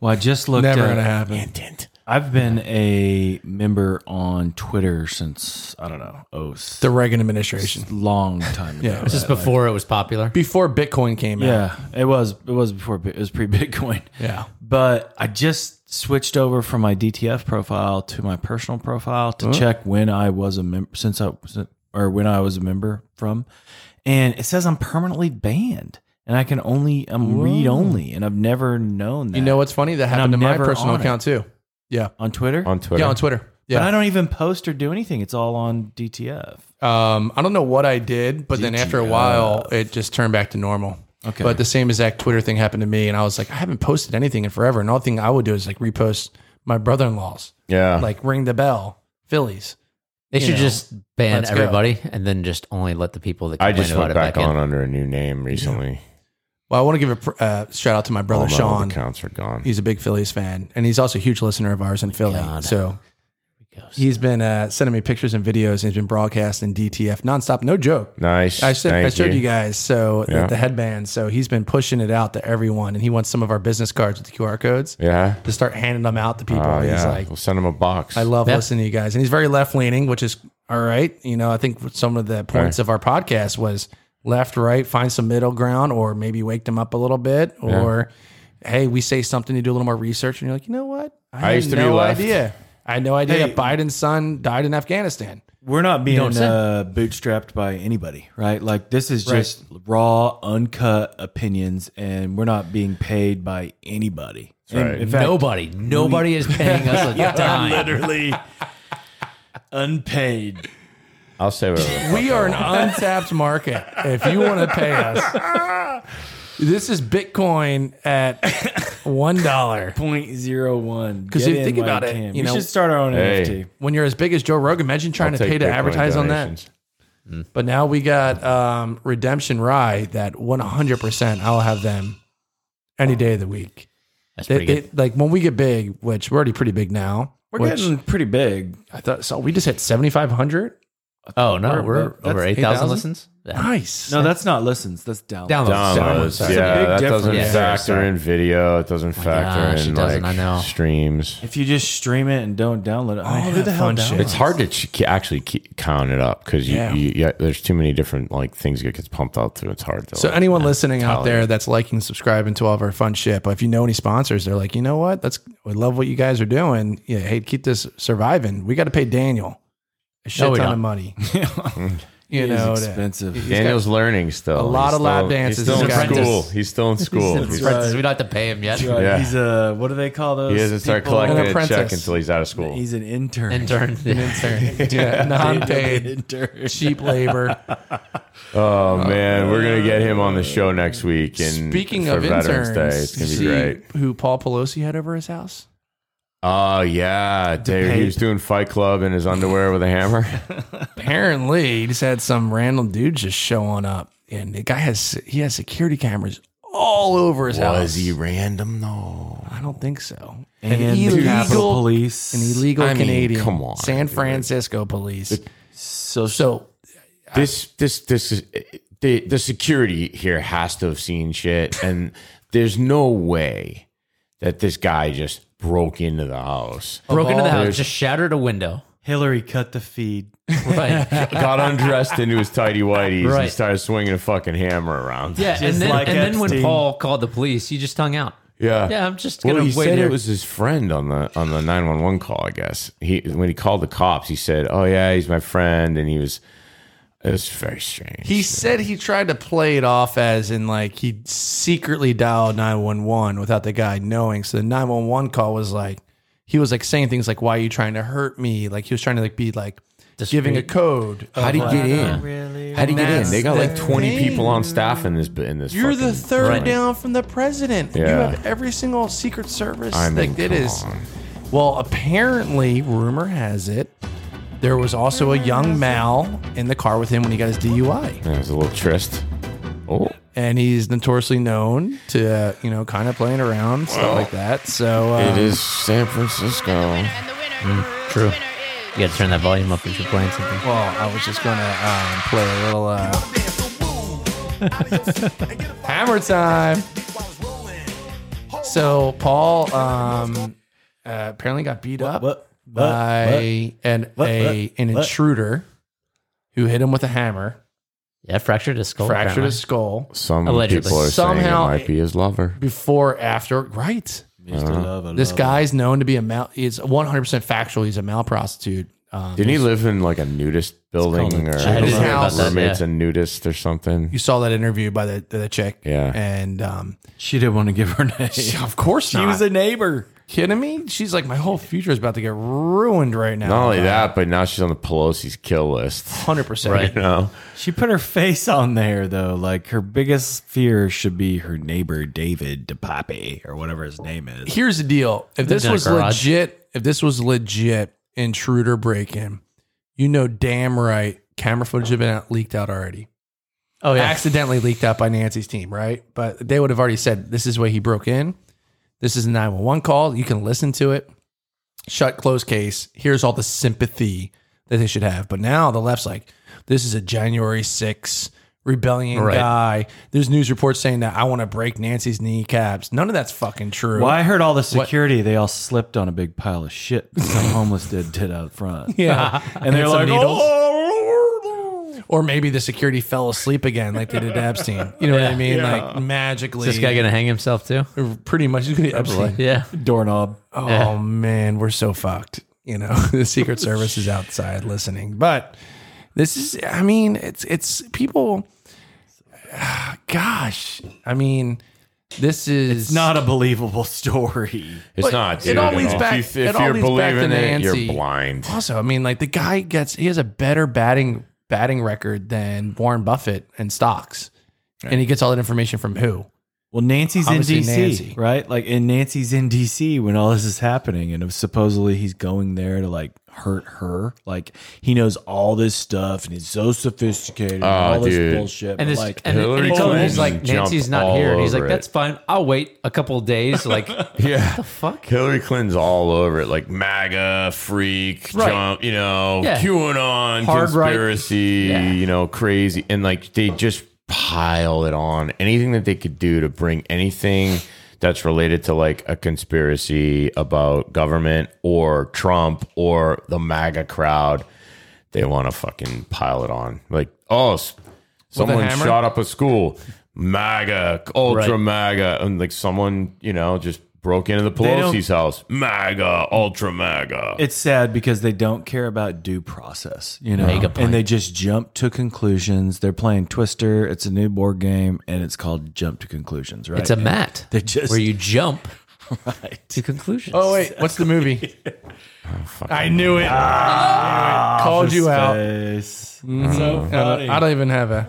S1: Well, I just looked.
S4: never
S1: at-
S4: gonna happen
S1: I've been a member on Twitter since I don't know. Oh, s-
S4: the reagan administration
S1: long time ago.
S2: This is before it was popular.
S4: before bitcoin came out
S1: Yeah, it was. It was before. It was pre Bitcoin.
S4: *laughs* yeah
S1: But I just switched over from my DTF profile to my personal profile to check when I was a member since I was- or when I was a member from, and it says I'm permanently banned and I can only I'm read only, and I've never known that.
S4: you know what's funny that happened to
S1: I'm
S4: my
S1: never
S4: personal
S1: on it.
S4: account too yeah
S1: on Twitter.
S3: On Twitter.
S4: yeah on twitter yeah
S1: But I don't even post or do anything. It's all on DTF.
S4: Um, I don't know what I did, but then after a while, it just turned back to normal.
S1: Okay.
S4: But the same exact Twitter thing happened to me, and I was like, I haven't posted anything in forever, and all the thing I would do is like repost my brother in law's,
S3: yeah.
S4: like ring the bell, Phillies.
S2: They
S4: you
S2: should
S4: know,
S2: just ban
S4: let's go.
S2: everybody and then just only let the people that
S3: I
S2: complain
S3: just
S2: about
S3: went
S2: it
S3: back
S2: back, in.
S3: on under a new name recently.
S4: Well, I want to give a pr- uh, shout out to my brother
S3: All my old
S4: Sean.
S3: accounts are gone.
S4: He's a big Phillies fan, and he's also a huge listener of ours in Philly.
S2: God.
S4: So he's been uh, sending me pictures and videos, and he's been broadcasting DTF nonstop. No joke.
S3: Nice.
S4: I said I
S3: Thank
S4: showed you, guys so the-
S3: Yeah.
S4: the headband. So he's been pushing it out to everyone, and he wants some of our business cards with the QR codes
S3: Yeah.
S4: to start handing them out to people.
S3: Oh
S4: And He's
S3: yeah.
S4: like,
S3: we'll send him a box.
S4: I love
S2: Yeah.
S4: listening to you guys, and he's very left leaning, which is all right. You know, I think some of the points of our podcast was left, right, find some middle ground, or maybe wake them up a little bit, or hey, we say something, you do a little more research, and you're like, you know what?
S3: I
S4: had
S3: used to be left.
S4: idea. I had no idea
S1: Hey.
S4: that Biden's son died in Afghanistan.
S1: We're not being
S2: know what I'm
S1: uh, bootstrapped by anybody, right? Like this is just raw, uncut opinions, and we're not being paid by anybody. And
S3: right.
S1: In fact,
S2: Nobody, nobody is paying us a
S1: *laughs*
S2: dime.
S1: literally unpaid.
S3: I'll say whatever.
S4: We are an untapped market. If you want to pay us, this is Bitcoin at one dollar.
S1: Point zero one.
S4: 'Cause if you think about it, you
S1: we
S4: know-
S1: should start our own
S3: Hey.
S1: NFT.
S4: When you're as big as Joe Rogan, imagine *laughs* trying to pay to advertise on that. But now we got um, Redemption Rye that 100. percent I'll have them any day of the week.
S2: That's
S4: They,
S2: pretty
S4: they,
S2: good.
S4: like when we get big, which we're already pretty big now.
S1: We're
S4: which
S1: getting pretty big.
S4: I thought so. We just hit 7,500.
S2: Oh no,
S1: we're-
S2: we're,
S1: that's
S2: over eight
S4: 8,000?
S2: thousand listens. Yeah.
S4: Nice.
S1: No, that's not listens. That's downloads.
S2: Downloads.
S3: Downloads.
S2: Sorry.
S1: It's a
S3: Yeah,
S1: big
S3: that doesn't
S2: difference. Yeah.
S3: factor in video. It
S4: Oh,
S3: doesn't factor
S2: gosh,
S3: in
S2: it doesn't,
S3: like
S2: I know.
S3: streams.
S1: If you just stream it and don't download it, I mean,
S4: Oh,
S1: who the
S4: that
S1: hell
S4: fun
S1: downloads?
S4: shit.
S3: It's hard to ch- actually keep, count it up because you,
S4: Yeah.
S3: you, yeah, there's too many different like things that gets pumped out through. It's hard to.
S4: So
S3: like,
S4: anyone listening out there that's liking, subscribing to all of our fun shit, but if you know any sponsors, they're like, you know what? That's we love what you guys are doing. Yeah, hey, keep this surviving. We got to pay Daniel a shit
S2: we
S3: *laughs*
S4: ton of
S1: *laughs*
S2: don't.
S4: money. you know,
S5: it's
S4: to-
S5: expensive.
S4: he's got-
S3: Daniel's learning still.
S4: a lot
S3: He's
S4: of lap
S3: still-
S4: dances.
S3: He's
S4: He's
S2: an
S3: still in school.
S2: apprentice.
S3: He's still in school.
S2: That's
S3: He's-
S2: right. We don't have to pay him yet.
S5: Right.
S3: Yeah.
S5: He's a what do they call those?
S3: he doesn't start
S5: people?
S3: collecting
S4: An
S3: a check
S4: apprentice.
S3: until he's out of school.
S5: He's an intern. *laughs*
S2: *laughs* Intern. Intern.
S3: *laughs*
S4: *laughs* yeah, non-paid,
S5: intern.
S4: cheap labor.
S3: oh man, we're gonna get him on the show next week. *laughs* And
S4: Speaking
S3: for
S4: of
S3: Veterans
S4: interns,
S3: Day, it's
S4: you
S3: gonna be
S4: see
S3: great.
S4: Who Paul Pelosi had over his house?
S3: Oh yeah, dude, he was doing Fight Club in his underwear with a hammer.
S4: Apparently, he just had some random dude just showing up, and the guy has he has security cameras all over his house.
S3: random though?
S4: I don't think so.
S5: and
S4: an
S5: the Capitol
S4: illegal,
S5: Police.
S4: an illegal
S3: I mean,
S4: Canadian.
S3: come on,
S4: San
S3: dude.
S4: Francisco police.
S5: so,
S4: So
S3: This this this is the the security here has to have seen shit, and there's no way that this guy just broke into the house,
S2: *laughs* Broke into the house,
S3: There's-
S2: just shattered a window.
S5: Hillary cut the feed.
S2: Right.
S3: got undressed into his tidy whities,
S2: Right.
S3: and started swinging a fucking hammer around.
S2: Yeah,
S5: Just
S2: and then,
S5: like
S2: and then when
S5: Epstein.
S2: Paul called the police, he just hung out.
S3: yeah.
S2: Yeah, I'm just gonna
S3: Well, he
S2: wait
S3: said
S2: here.
S3: it was his friend on the on the nine one one call. I guess he when he called the cops, he said, "Oh yeah, he's my friend," and he was. It was very strange.
S4: he said he tried to play it off as in like he secretly dialed 911 without the guy knowing. So the 911 call was like he was like saying things like why are you trying to hurt me? Like he was trying to like be like giving a code.
S3: How
S4: of,
S3: would he
S4: like,
S3: get in? How would he get in? They got like
S4: That's
S3: twenty
S4: the
S3: people on staff in this in this.
S4: You're the
S3: fucking-
S4: third
S2: Right.
S4: down from the president. and You
S3: Yeah.
S4: have every single Secret Service.
S3: I mean,
S4: like it
S3: come
S4: is.
S3: on.
S4: Well, apparently, rumor has it, there was also a young Mal in the car with him when he got his DUI,
S3: Yeah, it was a little tryst. Oh,
S4: and he's notoriously known to uh, you know kind of playing around stuff like that. So uh,
S3: it is San Francisco.
S6: And the winner,
S2: true.
S6: true. winner is.
S2: You gotta turn that volume up if you're playing something.
S4: Well, I was just gonna um, play a little uh, *laughs* hammer time. So Paul um, uh, apparently got beat up
S5: what- what-
S4: by an
S5: what-
S4: a
S5: what-
S4: an
S5: what?
S4: intruder who hit him with a hammer,
S2: Yeah, fractured his skull.
S4: fractured
S2: apparently.
S4: his skull.
S3: Some
S2: Allegedly.
S3: people are
S4: Somehow-
S3: saying it might be his lover.
S4: Before, after, right?
S5: Used to
S3: Uh-huh.
S5: love, I
S4: This
S5: love
S4: guy's known to be a mal. It's one hundred percent factual. He's a mal prostitute. Um,
S3: Didn't he live in like a nudist building or
S2: I didn't
S4: hear about
S3: his
S4: that,
S3: roommates
S2: yeah.
S3: a nudist or something?
S4: you saw that interview by the the chick,
S3: Yeah.
S4: and um,
S5: it. She didn't want to give her name.
S4: of course
S5: She
S4: not.
S5: was a neighbor.
S4: kidding me? She's like, my whole future is about to get ruined right now.
S3: Not only that, but now she's on the Pelosi's kill list. *laughs*
S4: hundred percent.
S2: Right.
S3: You know,
S5: She put her face on there though. Like her biggest fear should be her neighbor David DePape or whatever his name is.
S4: Here's the deal: if this
S2: in a
S4: was
S2: garage.
S4: legit, if this was legit intruder break in, you know damn right camera footage have been out, leaked out already.
S2: Oh yeah.
S4: Accidentally leaked out by Nancy's team, right? But they would have already said this is where he broke in. This is a nine one one call. You can listen to it. Shut close case. Here's all the sympathy that they should have. But now the left's like, this is a January 6th rebellion
S2: Right.
S4: guy. There's news reports saying that I want to break Nancy's kneecaps. None of that's fucking true.
S5: Well, I heard all the security, they all slipped on a big pile of shit that some homeless did did out front.
S4: *laughs* Yeah.
S5: And they're
S4: some
S5: like,
S4: needles.
S5: oh, Lord."
S4: Or maybe the security fell asleep again, like they did to Epstein. You know what I mean? Like magically, uh,
S2: Is this guy gonna hang himself too?
S4: pretty much is gonna be Epstein.
S2: Yeah.
S5: doorknob.
S4: Oh man, we're so fucked. You know, *laughs* the Secret Service is outside listening. But this is, I mean, it's it's people. *sighs* ah, Gosh, I mean, this is
S5: Not a believable story.
S3: it's not.
S4: it
S3: Dude,
S4: all
S3: at
S4: leads back-
S3: If,
S4: it
S3: if
S4: all
S3: you're
S4: leads back to
S3: believing it,
S4: Nancy.
S3: you're blind.
S4: Also, I mean, like the guy gets he has a better batting batting record than Warren Buffett in stocks, and he gets all that information from who?
S5: Well, Nancy's
S4: Obviously
S5: in DC,
S4: Nancy.
S5: right? Like, and Nancy's in DC when all this is happening, and if supposedly he's going there to like hurt her. Like, he knows all this stuff, and he's so sophisticated. and
S3: Oh,
S5: all this
S3: dude.
S5: bullshit.
S2: And
S5: but,
S2: it's
S5: like,
S2: and, and
S3: Hillary
S2: he told him he's
S3: Clinton
S2: like Nancy's
S3: jumped
S2: not
S3: all
S2: here. And he's
S3: over
S2: like, that's
S3: it.
S2: fine. I'll wait a couple days. Like
S3: Yeah.
S2: fuck.
S3: Hillary Clinton's all over it, like MAGA freak,
S2: Right.
S3: Trump, you know,
S2: Yeah.
S3: QAnon
S2: Hard right.
S3: conspiracy,
S2: Yeah.
S3: you know, crazy, and like they just pile it on anything that they could do to bring anything that's related to like a conspiracy about government or Trump or the MAGA crowd. They want to fucking pile it on, like oh, s- someone
S4: hammer?
S3: shot up a school, MAGA, ultra MAGA, and like someone you know just broke into the
S1: They don't-
S3: Pelosi's house. MAGA, ultra MAGA.
S1: It's sad because they don't care about due process, you know,
S2: Make a point.
S1: and they just jump to conclusions. They're playing Twister. It's a new board game, and it's called Jump to Conclusions. Right?
S2: It's a
S1: And
S2: mat
S1: They just
S5: *laughs*
S2: where you jump to conclusions.
S4: Oh wait, what's
S1: *laughs*
S4: the movie?
S1: Oh,
S4: I knew it.
S1: Ah.
S4: Ah. Called you out.
S1: Space.
S7: So funny.
S4: I don't even have a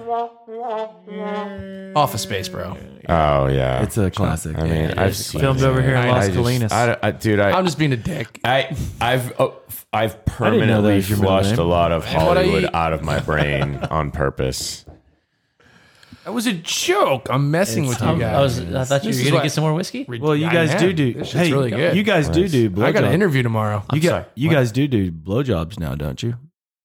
S4: Office Space, bro.
S3: oh yeah,
S1: It's a classic.
S3: I mean, I've seen
S1: filmed
S3: it.
S1: over here in
S3: I-
S1: Los
S3: I just-
S1: Colinas.
S3: I, I, dude, I,
S4: I'm just being a dick.
S3: I, I've, oh, f- I've
S1: didn't know that
S3: permanently
S1: was your middle
S3: flushed
S1: name.
S3: a lot of
S4: what I
S3: Hollywood
S4: eat.
S3: out of
S1: *laughs*
S3: my brain on purpose.
S4: That was a joke. I'm messing with you
S2: Um,
S4: guys.
S2: I, was, I thought you were
S4: This is
S2: going to
S4: what-
S2: get some more *laughs* whiskey.
S1: well, you
S4: I
S1: guys
S4: am.
S1: do do.
S4: This shit's
S1: Hey,
S4: really good.
S1: you guys do do. Blowjob.
S4: I got an interview tomorrow.
S1: You got-
S3: sorry.
S1: you guys do do blowjobs now, don't you?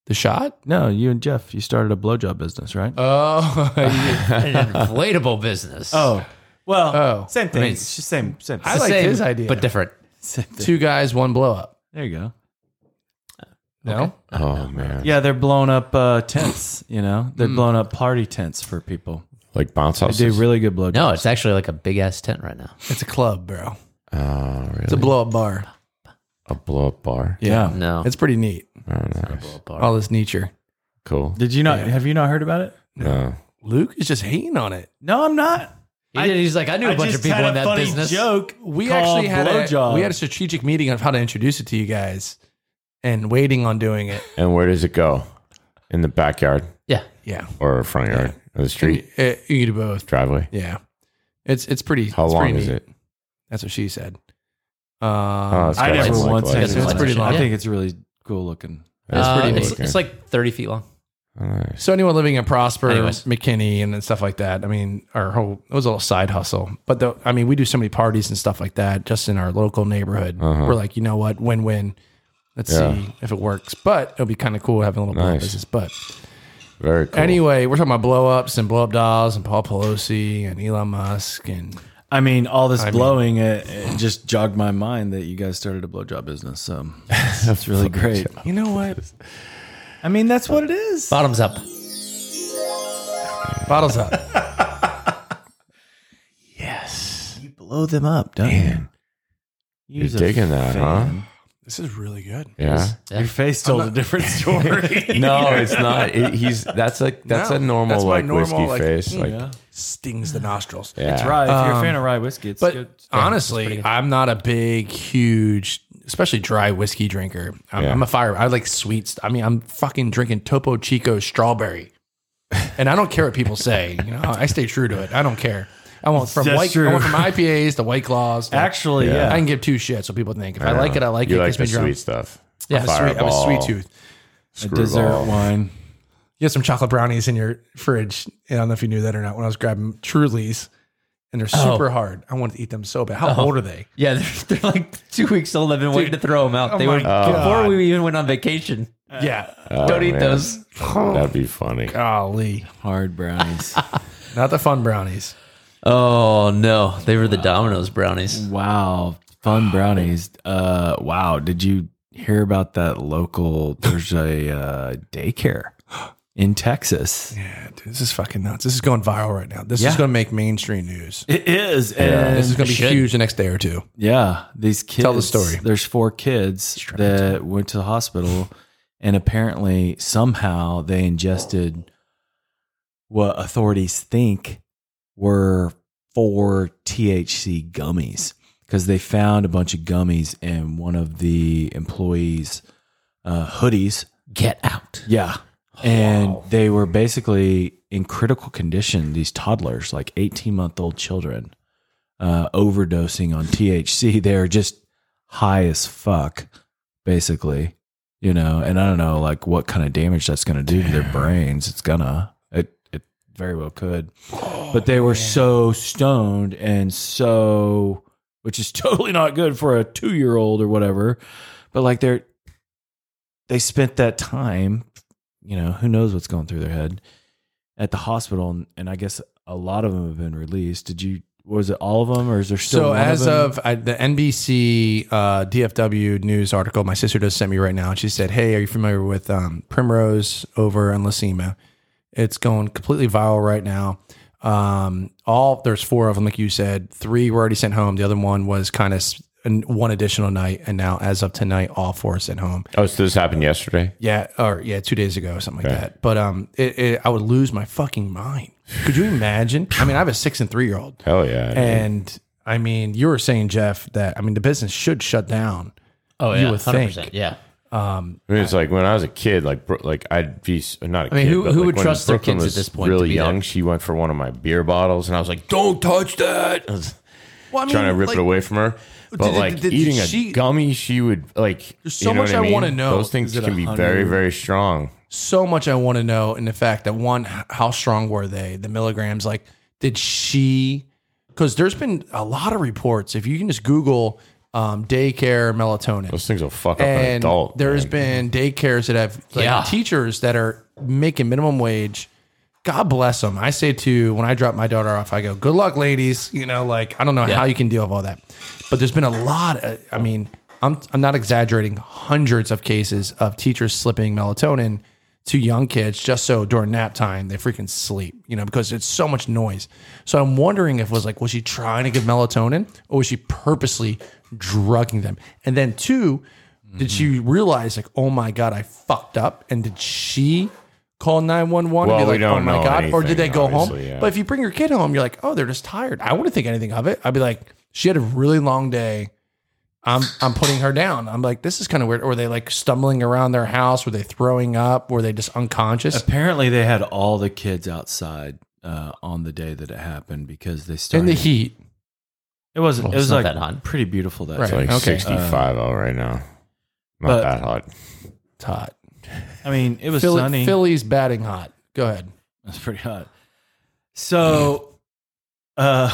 S4: The shot?
S1: No, you and Jeff, you started a blowjob business, right?
S4: Oh,
S1: *laughs*
S4: *laughs* yeah.
S2: An inflatable business.
S1: oh, well,
S4: Oh.
S1: same thing.
S2: I mean,
S1: it's just same, same.
S4: I like
S2: Same,
S4: his idea.
S2: but different.
S1: same thing.
S4: two guys, one blow up.
S1: There you go.
S4: No,
S1: Uh-huh.
S3: Oh man,
S1: Yeah, they're blowing up uh, tents. You know, they're blowing up party tents for people.
S3: like bounce
S1: They do
S3: houses.
S1: really good blowjobs.
S2: No, it's actually like a big ass tent right now.
S4: it's a club, bro.
S3: oh really?
S4: It's a blow up bar.
S3: a blow up bar.
S1: yeah.
S2: No,
S4: It's pretty neat.
S3: Oh, nice.
S4: All this nature.
S3: Cool. Uh,
S1: Did you not? Have you not heard about it?
S3: No.
S4: Luke is just hating on it.
S1: No, I'm not.
S2: He did- he's like, I knew a
S1: I
S2: bunch
S1: just
S2: of people
S1: had
S2: in
S1: a
S2: that
S1: funny
S2: business.
S1: joke.
S4: We
S1: called
S4: actually had a,
S1: blowjob.
S4: we had a strategic meeting of how to introduce it to you guys, and waiting on doing it.
S3: And where does it go? In the backyard
S2: Yeah,
S4: Yeah,
S3: or front yard or the street
S4: Eh, you do both.
S3: driveway?
S4: Yeah, it's it's pretty.
S3: How
S4: it's
S3: long
S4: pretty
S3: is
S4: neat.
S3: it?
S4: That's what she said. Um,
S3: Oh, it's
S1: I
S3: got
S1: never
S2: lights.
S3: like
S1: once had
S3: lights.
S2: It's got
S1: it.
S2: lights.
S4: pretty long.
S1: I think it's really cool looking.
S3: That's
S2: Uh,
S3: pretty
S2: it's,
S3: looking.
S2: it's like thirty feet long.
S3: Oh, nice.
S4: so anyone living in Prosper,
S2: Anyways.
S4: McKinney, and then stuff like that. I mean, our whole it was a little side hustle, but the, I mean, we do so many parties and stuff like that just in our local neighborhood.
S3: Uh-huh.
S4: We're like, you know what, win win. Let's
S3: Yeah.
S4: see if it works, but it'll be kind of cool having a little
S3: Nice.
S4: nice. business. But
S3: Very cool.
S4: anyway, we're talking about blow ups and blow up dolls and Paul Pelosi and Elon Musk and
S1: I mean, all this
S4: mean-
S1: blowing it, it just jogged my mind that you guys started a blowjob business. So that's really great.
S4: you know what,
S1: I mean, that's what it is.
S2: Bottoms up.
S4: bottles up.
S1: You blow them up, don't you?
S3: You're
S1: Use a
S3: digging that, huh?
S1: fan.
S4: *laughs* this is really good.
S3: Yeah.
S1: Your face told a different story.
S3: No,
S4: *laughs*
S3: it's not. It, he's that's like that's
S4: No,
S3: a normal
S4: that's my
S3: like whiskey
S4: normal, like, hmm.
S3: face. Like
S1: yeah.
S4: Stings the nostrils.
S3: yeah.
S1: It's rye. If you're a
S4: Um,
S1: fan of rye whiskey, it's
S4: But
S1: good.
S4: honestly, I'm not a big, huge, especially dry whiskey drinker. I'm,
S3: Yeah.
S4: I'm a fire. I like sweets. I mean, I'm fucking drinking Topo Chico strawberry, and I don't care what people say. You know, I stay true to it. I don't care. I want from
S1: That's
S4: white.
S1: true.
S4: I want from IPAs to white claws. to-
S1: Actually,
S3: Yeah.
S1: yeah.
S4: I can give two shits. What people think. If I,
S3: don't
S4: like it,
S3: know.
S4: I like
S3: you
S4: it.
S3: Like
S4: Gets me
S3: the
S4: drunk.
S3: sweet stuff.
S4: Yeah, sweet. I'm a sweet
S3: Fireball,
S4: tooth.
S1: A dessert
S3: screwball.
S1: wine.
S4: You had some chocolate brownies in your fridge. And I don't know if you knew that or not. When I was grabbing Trulies, and they're
S2: Oh.
S4: super hard. I wanted to eat them so bad.
S1: Uh-huh.
S4: How old are they?
S2: Yeah, *laughs* they're, they're like two weeks old. I've been waiting to throw them out. they
S4: oh my
S2: were
S4: God.
S2: before we even went on vacation.
S4: Yeah.
S2: Don't
S3: Oh,
S2: eat
S3: man.
S2: those.
S3: That'd be funny.
S4: Golly.
S1: Hard brownies.
S4: Not the fun brownies.
S2: Oh no, they were the Domino's brownies.
S1: wow. *sighs* Fun brownies. Uh, wow. Did you hear about that local? There's a uh, daycare in Texas.
S4: Yeah, dude, this is fucking nuts. This is going viral right now. This
S1: Yeah.
S4: is going to make mainstream news.
S1: It is.
S3: Yeah.
S1: And
S4: This is going to be
S2: should.
S4: huge the next day or two.
S1: Yeah, these kids.
S4: Tell the story.
S1: There's four kids that went to the hospital, and apparently somehow they ingested what authorities think were four THC gummies because they found a bunch of gummies in one of the employees' uh, hoodies.
S2: Get out.
S1: Yeah. And they were basically in critical condition, these toddlers, like 18 month old children, uh, overdosing on THC. They're just high as fuck, basically, you know. And I don't know, like, what kind of damage that's going to do to their brains. It's going to, it, it very well could.
S4: Oh,
S1: but they were so stoned and so, which is *laughs* totally not good for a two year old or whatever. But like, they're, they spent that time, you know, who knows what's going through their head at the hospital. And, and I guess a lot of them have been released. Did you, was it all of them or is there still
S4: So
S1: one
S4: as
S1: them?
S4: of I, the NBC uh, DFW news article, my sister just sent me right now, and she said, "Hey, are you familiar with um, Primrose over on Lacima? It's going completely viral right now. Um, all there's four of them, like you said. Three were already sent home. The other one was kind of one additional night, and now as of tonight, all four are sent home.
S3: Oh, so this happened yesterday.
S4: Yeah, or yeah, two days ago, something like
S3: Okay.
S4: that. But um, it, it, I would lose my fucking mind. Could you imagine? I mean, I have a six and three year old,
S3: Hell yeah. dude.
S4: and I mean, you were saying Jeff that I mean the business should shut down.
S2: Oh
S4: You
S2: yeah,
S4: would
S2: hundred
S4: think.
S2: percent. Yeah,
S3: I mean, it's like when I was a kid, like bro, like I'd be s- not a
S2: mean,
S3: kid.
S2: who-
S3: but
S2: who
S3: like
S2: would
S3: when
S2: trust their
S3: Brooklyn
S2: kids at
S3: was
S2: this point to
S3: Really
S2: be
S3: young,
S2: there?
S3: she went for one of my beer bottles, and I was like, "Don't touch that!" *laughs* I was
S4: Well, I mean,
S3: trying to rip
S4: like,
S3: it away from her. But
S4: did-
S3: like
S4: did- did
S3: eating
S4: she-
S3: a gummy, she would like.
S4: There's so
S3: you know
S4: much
S3: what
S4: I
S3: mean?
S4: wanna know.
S3: Those things
S1: Is it
S3: can be
S1: 100?
S3: very, very strong.
S4: So much I want to know, and the fact that one, h- how strong were they? The milligrams, like, did she? Because there's been a lot of reports. If you can just Google um, daycare melatonin,
S3: Those things will fuck up an
S4: and
S3: adult.
S4: there's
S3: man.
S4: been daycares that have like,
S2: Yeah.
S4: teachers that are making minimum wage. God bless them. I say to when I drop my daughter off, I go, "Good luck, ladies." You know, like I don't know how you can deal with all that, but there's been a lot. Of, I mean, I'm I'm not exaggerating. Hundreds of cases of teachers slipping melatonin to young kids just so during nap time they freaking sleep. You know, because it's so much noise. So I'm wondering if it was like, was she trying to give melatonin or was she purposely drugging them? And then two, did she realize like, oh my god, I fucked up? And did she call nine one one and
S3: Well,
S4: be
S3: we
S4: like, oh
S3: don't
S4: my
S3: know
S4: god? or did they
S3: anything,
S4: go home?
S3: obviously, yeah.
S4: But if you bring your kid home, you're like, oh, they're just tired. I wouldn't think anything of it. I'd be like, she had a really long day. I'm I'm putting her down. I'm like, this is kind of weird. Were they like stumbling around their house? Were they throwing up? Were they just unconscious?
S1: Apparently, they had all the kids outside uh, on the day that it happened because they started
S4: In the heat.
S1: It wasn't.
S2: Well,
S1: it
S2: it's
S1: was
S2: not
S1: like
S2: that hot.
S1: pretty beautiful that
S4: Right.
S1: day.
S3: It's like
S4: Okay, uh,
S3: 65 out right now. Not
S1: but-
S3: that hot.
S4: It's hot.
S1: I mean, it was
S4: Philly,
S1: sunny.
S4: Philly's batting hot. Go ahead.
S1: That's pretty hot. So, uh,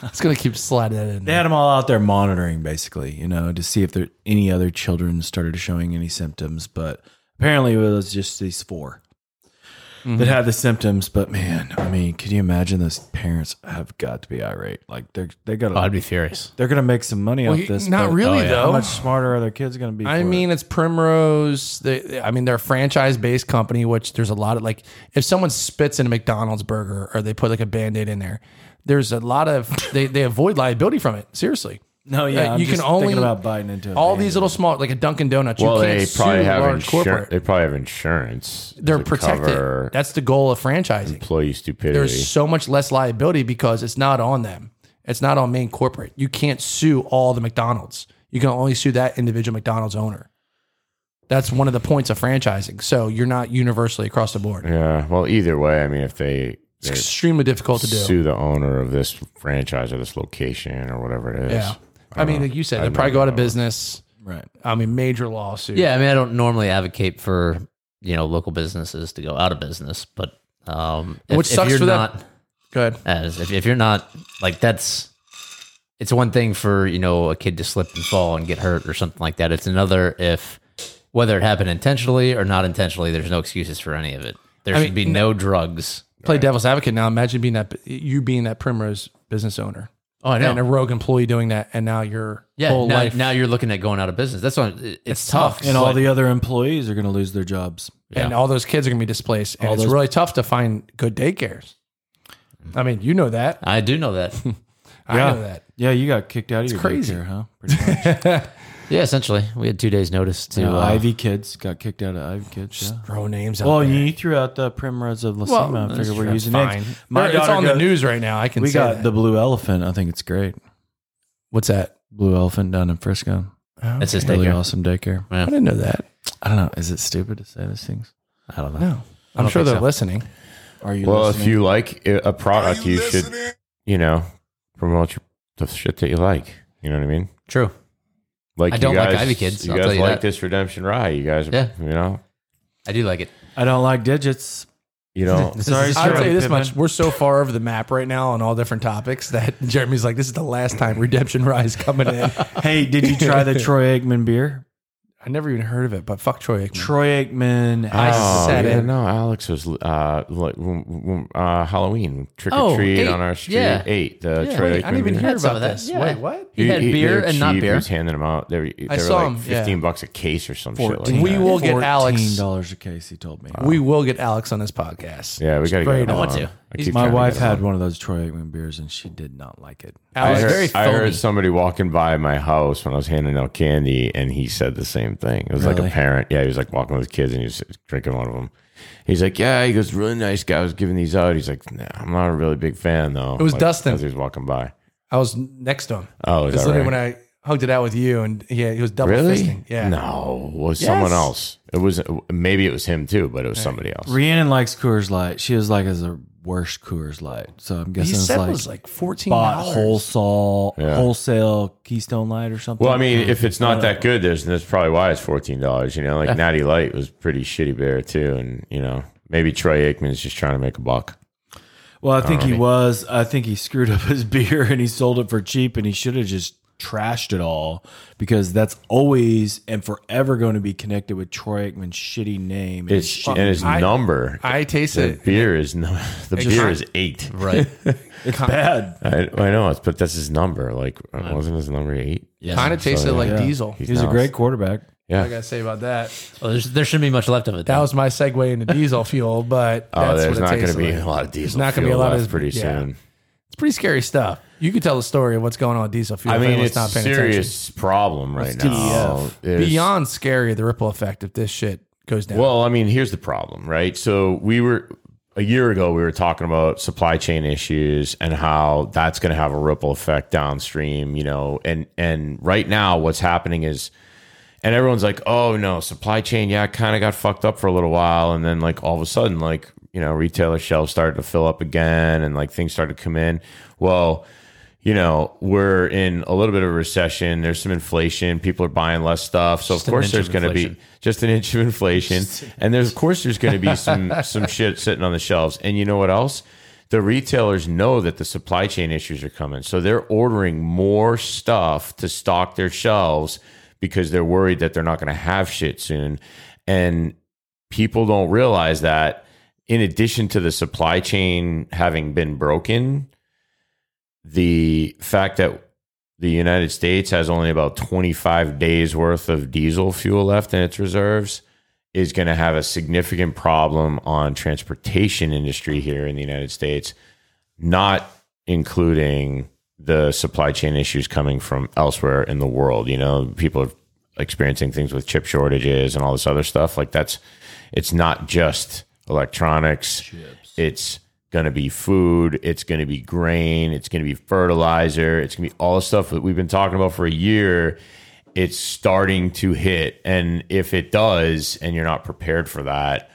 S1: *laughs*
S4: It's gonna keep sliding that in.
S1: they had them all out there monitoring, basically, you know, to see if there any other children started showing any symptoms. But apparently, it was just these 4
S2: Mm-hmm.
S1: that had the symptoms. But man, I mean, could you imagine those parents have got to be irate? Like they're they got
S2: oh, I'd
S1: to
S2: be furious.
S1: they're gonna make some money
S4: Well,
S1: off this.
S4: not
S1: but
S4: really, though.
S1: How much smarter are their kids gonna be?
S4: I
S1: for it?
S4: mean, it's Primrose. They, I mean, they're a franchise-based company, which there's a lot of like, if someone spits in a McDonald's burger or they put like a Band-Aid in there, there's a lot of they, they avoid liability from it. Seriously,
S1: no, yeah,
S4: uh,
S1: I'm
S4: you can
S1: just
S4: only-
S1: thinking about biting into a
S4: all these
S1: band-aid.
S4: little small like a Dunkin' Donuts.
S3: Well,
S4: you can't
S3: they probably
S4: sue
S3: have
S4: large
S3: insurance.
S4: corporate.
S3: They probably have insurance.
S4: They're
S3: to cover
S4: protected. That's the goal of franchising.
S3: employee stupidity.
S4: There's so much less liability because it's not on them. It's not on main corporate. You can't sue all the McDonald's. You can only sue that individual McDonald's owner. That's one of the points of franchising. So you're not universally across the board.
S3: yeah. Well, either way, I mean, if they,
S4: It's
S3: they
S4: extremely difficult to do.
S3: sue the owner of this franchise or this location or whatever it is.
S4: yeah. I, mean, like you said, they'll probably go out of business.
S1: right.
S4: I mean, major lawsuit.
S2: Yeah, I mean, I don't normally advocate for you know local businesses to go out of business, but um, if,
S4: Which
S2: if
S4: sucks
S2: you're
S4: for them.
S2: not
S4: Go ahead.
S2: as if, if you're not like that's it's one thing for you know a kid to slip and fall and get hurt or something like that. It's another if whether it happened intentionally or not intentionally, there's no excuses for any of it. There should
S4: mean,
S2: be no drugs.
S4: Play devil's advocate now. Imagine being that you being that Primrose business owner. Oh, I
S2: know.
S4: And a rogue employee doing that, and now your
S2: Yeah,
S4: whole
S2: now,
S4: life.
S2: now you're looking at going out of business. That's what it's, tough.
S1: and all
S2: but-
S1: the other employees are going to lose their jobs.
S4: and all those kids are going to be displaced. And
S1: All
S4: it's
S1: those-
S4: really tough to find good daycares. I mean, you know that.
S2: I do know *laughs* that.
S4: I know that.
S1: Yeah, you got kicked out of your
S4: crazy.
S1: daycare, huh? Pretty
S2: *laughs*
S1: much.
S2: yeah, essentially, we had two days notice to
S1: You know,
S2: uh,
S1: Ivy kids got kicked out of Ivy kids. Yeah.
S4: Throw names out.
S1: Well,
S4: there.
S1: you threw out the primrose of
S4: Well,
S1: Lacima. I
S4: that's
S1: figure we're
S4: true.
S1: using
S4: Fine.
S1: names. My
S4: it's
S1: daughter
S4: on the
S1: goes-
S4: news right now. I can
S1: We
S4: say
S1: got
S4: that.
S1: the blue elephant. I think it's great.
S4: What's that?
S1: Blue elephant down in Frisco.
S2: That's uh, his
S1: Really
S2: daycare.
S1: awesome daycare.
S4: I didn't know that.
S1: I don't know. Is it stupid to say these things? I don't know.
S4: No, I'm sure they're listening.
S1: Are you?
S3: Well,
S1: listening?
S3: if you like i- a product, you, should, you know, promote your, the shit that you like. You know what I mean?
S2: True.
S3: Like
S2: I don't
S3: you
S2: like
S3: guys,
S2: Ivy Kids,
S3: You
S2: I'll
S3: guys
S2: tell you
S3: like
S2: that.
S3: this Redemption Rye. You guys,
S2: Yeah.
S3: you know,
S2: I do like it.
S1: I don't like digits.
S2: *laughs*
S3: you know.
S1: Sorry,
S4: I'll
S1: Sure.
S4: tell you this
S1: Pittman.
S4: much: we're so far over the map right now on all different topics *laughs* that Jeremy's like, "This is the last time Redemption Rise coming in."
S1: Hey, did you try the Troy Aikman beer?
S4: *laughs* I never even heard of it, but fuck Troy Aikman.
S1: Troy Aikman.
S4: I
S3: oh,
S4: said
S3: yeah,
S4: it.
S3: No, Alex was uh, like w- w- uh, Halloween trick
S2: Oh,
S3: or treat
S2: eight.
S3: on our street.
S2: Yeah.
S3: Eight. The
S2: Yeah,
S3: Troy
S2: wait,
S4: I didn't even
S3: Aikman-
S4: hear
S2: had some
S4: about
S2: of that.
S4: this.
S2: Yeah.
S4: Wait, what?
S2: He had
S3: they
S2: beer
S3: were
S2: and not
S3: cheap. He
S2: beer.
S3: was handing them out. They were, they were
S4: saw
S3: like
S4: him, yeah.
S3: fifteen bucks a case or some shit.
S4: We
S3: Like that.
S4: will get Alex-
S1: dollars a case. He told me.
S4: We will get Alex on this podcast.
S3: Yeah, we gotta
S4: Straight
S3: get him
S4: on.
S3: on.
S2: Want to?
S3: I
S5: He's-
S3: keep
S5: My
S3: trying to
S5: wife
S3: get it.
S5: had one of those Troy Aikman beers and she did not like it.
S3: I
S2: It's
S3: heard,
S2: very
S3: I
S2: foamy.
S3: heard somebody walking by my house when I was handing out candy, and he said the same thing. It was like
S5: Really?
S3: a parent. Yeah, he was like walking with his kids, and he was drinking one of them. He's like, "Yeah," he goes, "Really nice guy." I was giving these out. He's like, nah, "I'm not a really big fan, though."
S4: It was
S3: like,
S4: Dustin.
S3: as he was walking by.
S4: I was next to him.
S3: Oh, is
S4: That's
S3: that right?
S4: literally when I hugged it out with you, and yeah, he was double
S3: really?
S4: fisting. Yeah.
S3: No, it was someone else. It was maybe it was him too, but it was somebody else.
S5: Rhiannon likes Coors Light. She was like, is the worst Coors Light. So I'm
S4: He
S5: guessing it's
S4: said
S5: like,
S4: it was like fourteen
S5: bought
S4: dollars.
S5: wholesale,
S3: Yeah.
S5: wholesale Keystone Light or something.
S3: Well, I mean, if it's
S4: Uh,
S3: not that good, there's that's probably why it's fourteen dollars. You know, like Natty Light was pretty shitty beer too, and you know maybe Troy Aikman's just trying to make a buck.
S5: Well, I think he was. I think he screwed up his *laughs* beer and he sold it for cheap and he should have just trashed it all because that's always and forever going to be connected with Troy Aikman's shitty name. and
S3: It's
S5: shit.
S3: and his
S4: I-
S3: number.
S4: I
S3: the
S4: tasted it.
S3: beer is no, *laughs* the beer
S4: con-
S3: is eight.
S2: Right.
S5: it's bad.
S3: *laughs* I, I know, it's, but that's his number. Like, wasn't his number eight?
S2: Yes.
S4: Kind of tasted like
S5: yeah.
S4: diesel.
S3: He's
S5: He's a
S3: not-
S5: great quarterback.
S4: I
S3: Yeah.
S4: gotta say about that.
S2: Well, Oh, there's, there shouldn't be much left of it.
S4: That
S2: then.
S4: was my segue into diesel fuel, but
S3: Oh,
S4: that's
S3: there's
S4: what
S3: not going
S4: it
S3: to
S4: tasted
S3: be
S4: like.
S3: a lot of diesel.
S4: not gonna be a
S3: fuel
S4: lot of
S3: left pretty
S4: yeah.
S3: soon.
S4: It's pretty scary stuff. You could tell the story of what's going on with diesel fuel.
S3: I
S4: if
S3: mean,
S4: anyone's
S3: it's a serious problem right now. There's-
S4: Beyond scary, the ripple effect if this shit goes down.
S3: Well, I mean, here's the problem, right? So we were a year ago we were talking about supply chain issues and how that's going to have a ripple effect downstream, you know. And and right now what's happening is and everyone's like, "Oh no, supply chain, yeah, kind of got fucked up for a little while and then like all of a sudden like, you know, retailer shelves started to fill up again and like things started to come in." Well, you know, we're in a little bit of a recession. There's some inflation. People are buying less stuff. So,
S2: Just
S3: of
S2: an
S3: course,
S2: inch
S3: there's
S2: of
S3: going to be
S2: inflation.
S3: just an inch
S2: *laughs*
S3: of inflation. And there's, of course, there's going to be some, some shit sitting on the shelves. And you know what else? The retailers know that the supply chain issues are coming. So, they're ordering more stuff to stock their shelves because they're worried that they're not going to have shit soon. And people don't realize that in addition to the supply chain having been broken, the fact that the United States has only about 25 days worth of diesel fuel left in its reserves is going to have a significant problem on transportation industry here in the United States, not including the supply chain issues coming from elsewhere in the world. You know, people are experiencing things with chip shortages and all this other stuff. Like that's it's not just electronics. It's going to be food. It's going to be grain. It's going to be fertilizer. It's going to be all the stuff that we've been talking about for a year. It's starting to hit. And if it does, and you're not prepared for that,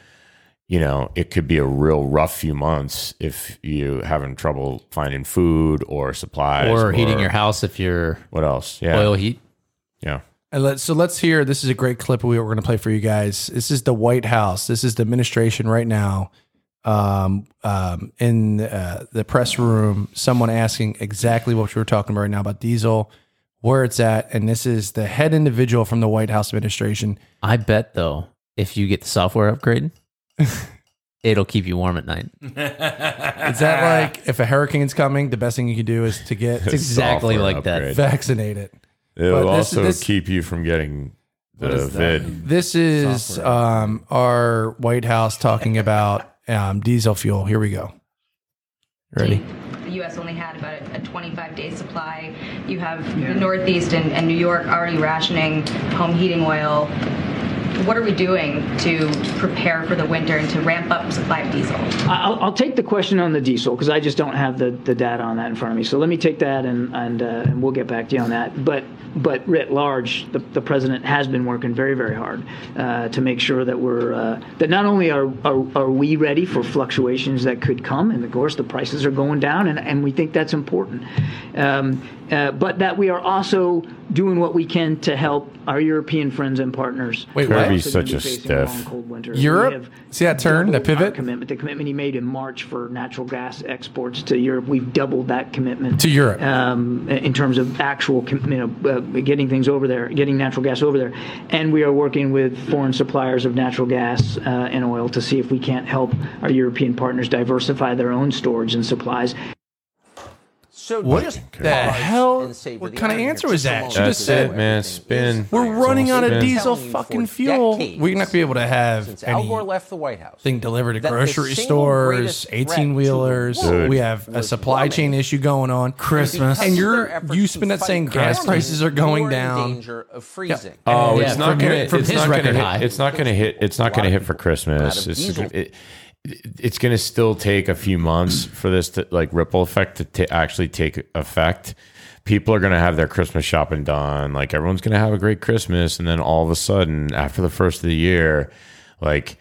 S3: you know, it could be a real rough few months if you having trouble finding food or supplies
S2: or heating your house if you're
S3: What else? Yeah.
S2: oil heat.
S3: Yeah.
S4: And let, so let's hear. This is a great clip we we're going to play for you guys. This is the White House. This is the administration right now. Um, um, in uh, the press room, someone asking exactly what we were talking about right now about diesel, where it's at, and this is the head individual from the White House administration.
S2: I bet though, if you get the software upgrade, it'll keep you warm at night.
S4: Is that like if a hurricane's coming, the best thing you can do is to get
S3: *laughs*
S2: It's exactly
S3: Software
S2: like that.
S3: upgrade.
S4: vaccinated?
S3: It'll
S4: But this-
S3: also
S4: this-
S3: keep you from getting the
S5: is that?
S3: vid.
S4: This is um, our White House talking about um, diesel fuel. Here we go. Ready?
S6: The U.S. only had about a 25-day supply. You have the Northeast and, and New York already rationing home heating oil. What are we doing to prepare for the winter and to ramp up supply of diesel?
S8: I- I'll, I'll take the question on the diesel because I just don't have the, the data on that in front of me. So let me take that and and, uh, and we'll get back to you on that. But but writ large, the, the president has been working very very hard uh, to make sure that we're uh, that not only are, are are we ready for fluctuations that could come, and of course the prices are going down, and, and we think that's important. Um, uh, but that we are also doing what we can to help our European friends and partners.
S4: Wait,
S8: who are
S4: what?
S8: also
S3: Kirby's
S8: gonna
S3: such
S8: be
S3: a
S8: facing long,
S3: stiff.
S8: cold winter. We
S4: Europe?
S8: have
S4: See that turn, that
S8: doubled our
S4: pivot?
S8: commitment, the commitment he made in March for natural gas exports to Europe, we've doubled that commitment
S4: To Europe.
S8: um, in terms of actual, com- you know, uh, getting things over there, getting natural gas over there, and we are working with foreign suppliers of natural gas uh, and oil to see if we can't help our European partners diversify their own storage and supplies.
S9: So
S4: What
S9: just
S4: the
S9: pause
S4: hell-
S9: and savor
S4: what
S9: the
S4: kind of
S9: irony
S4: answer
S9: here.
S4: was that?
S9: Someone
S4: She just
S9: who
S4: said-
S9: knows
S3: Man,
S9: everything
S3: spin.
S9: is
S4: We're
S9: right.
S4: running out of
S3: Spin.
S4: diesel
S9: Telling you
S4: fucking
S9: for
S4: fuel.
S9: decades,
S4: We're not be able to have
S9: Since Al
S4: any
S9: Gore left the White House,
S4: thing delivered to
S9: that the
S4: grocery
S9: single
S4: stores,
S9: greatest threat to the
S4: eighteen wheelers.
S9: world
S4: We have a
S9: was
S4: supply chain
S9: plumbing.
S4: issue going on.
S5: Christmas.
S4: and you're
S9: Their efforts
S4: you
S9: to
S4: spend that
S9: fight
S4: saying gas
S9: crime,
S4: prices are going
S9: you're In
S4: down.
S9: danger of freezing.
S3: Oh,
S2: Yeah,
S3: it's not
S2: from
S3: gonna.
S2: his- from
S3: it's
S2: his
S3: not gonna
S2: record
S3: hit.
S2: high.
S3: It's not gonna hit. It's not gonna hit for Christmas.
S9: Out of
S3: It's
S9: diesel.
S3: it, it's gonna still take a few months for this to, like ripple effect to ta actually take effect. People are gonna have their Christmas shopping done. Like everyone's gonna have a great Christmas, and then all of a sudden, after the first of the year, like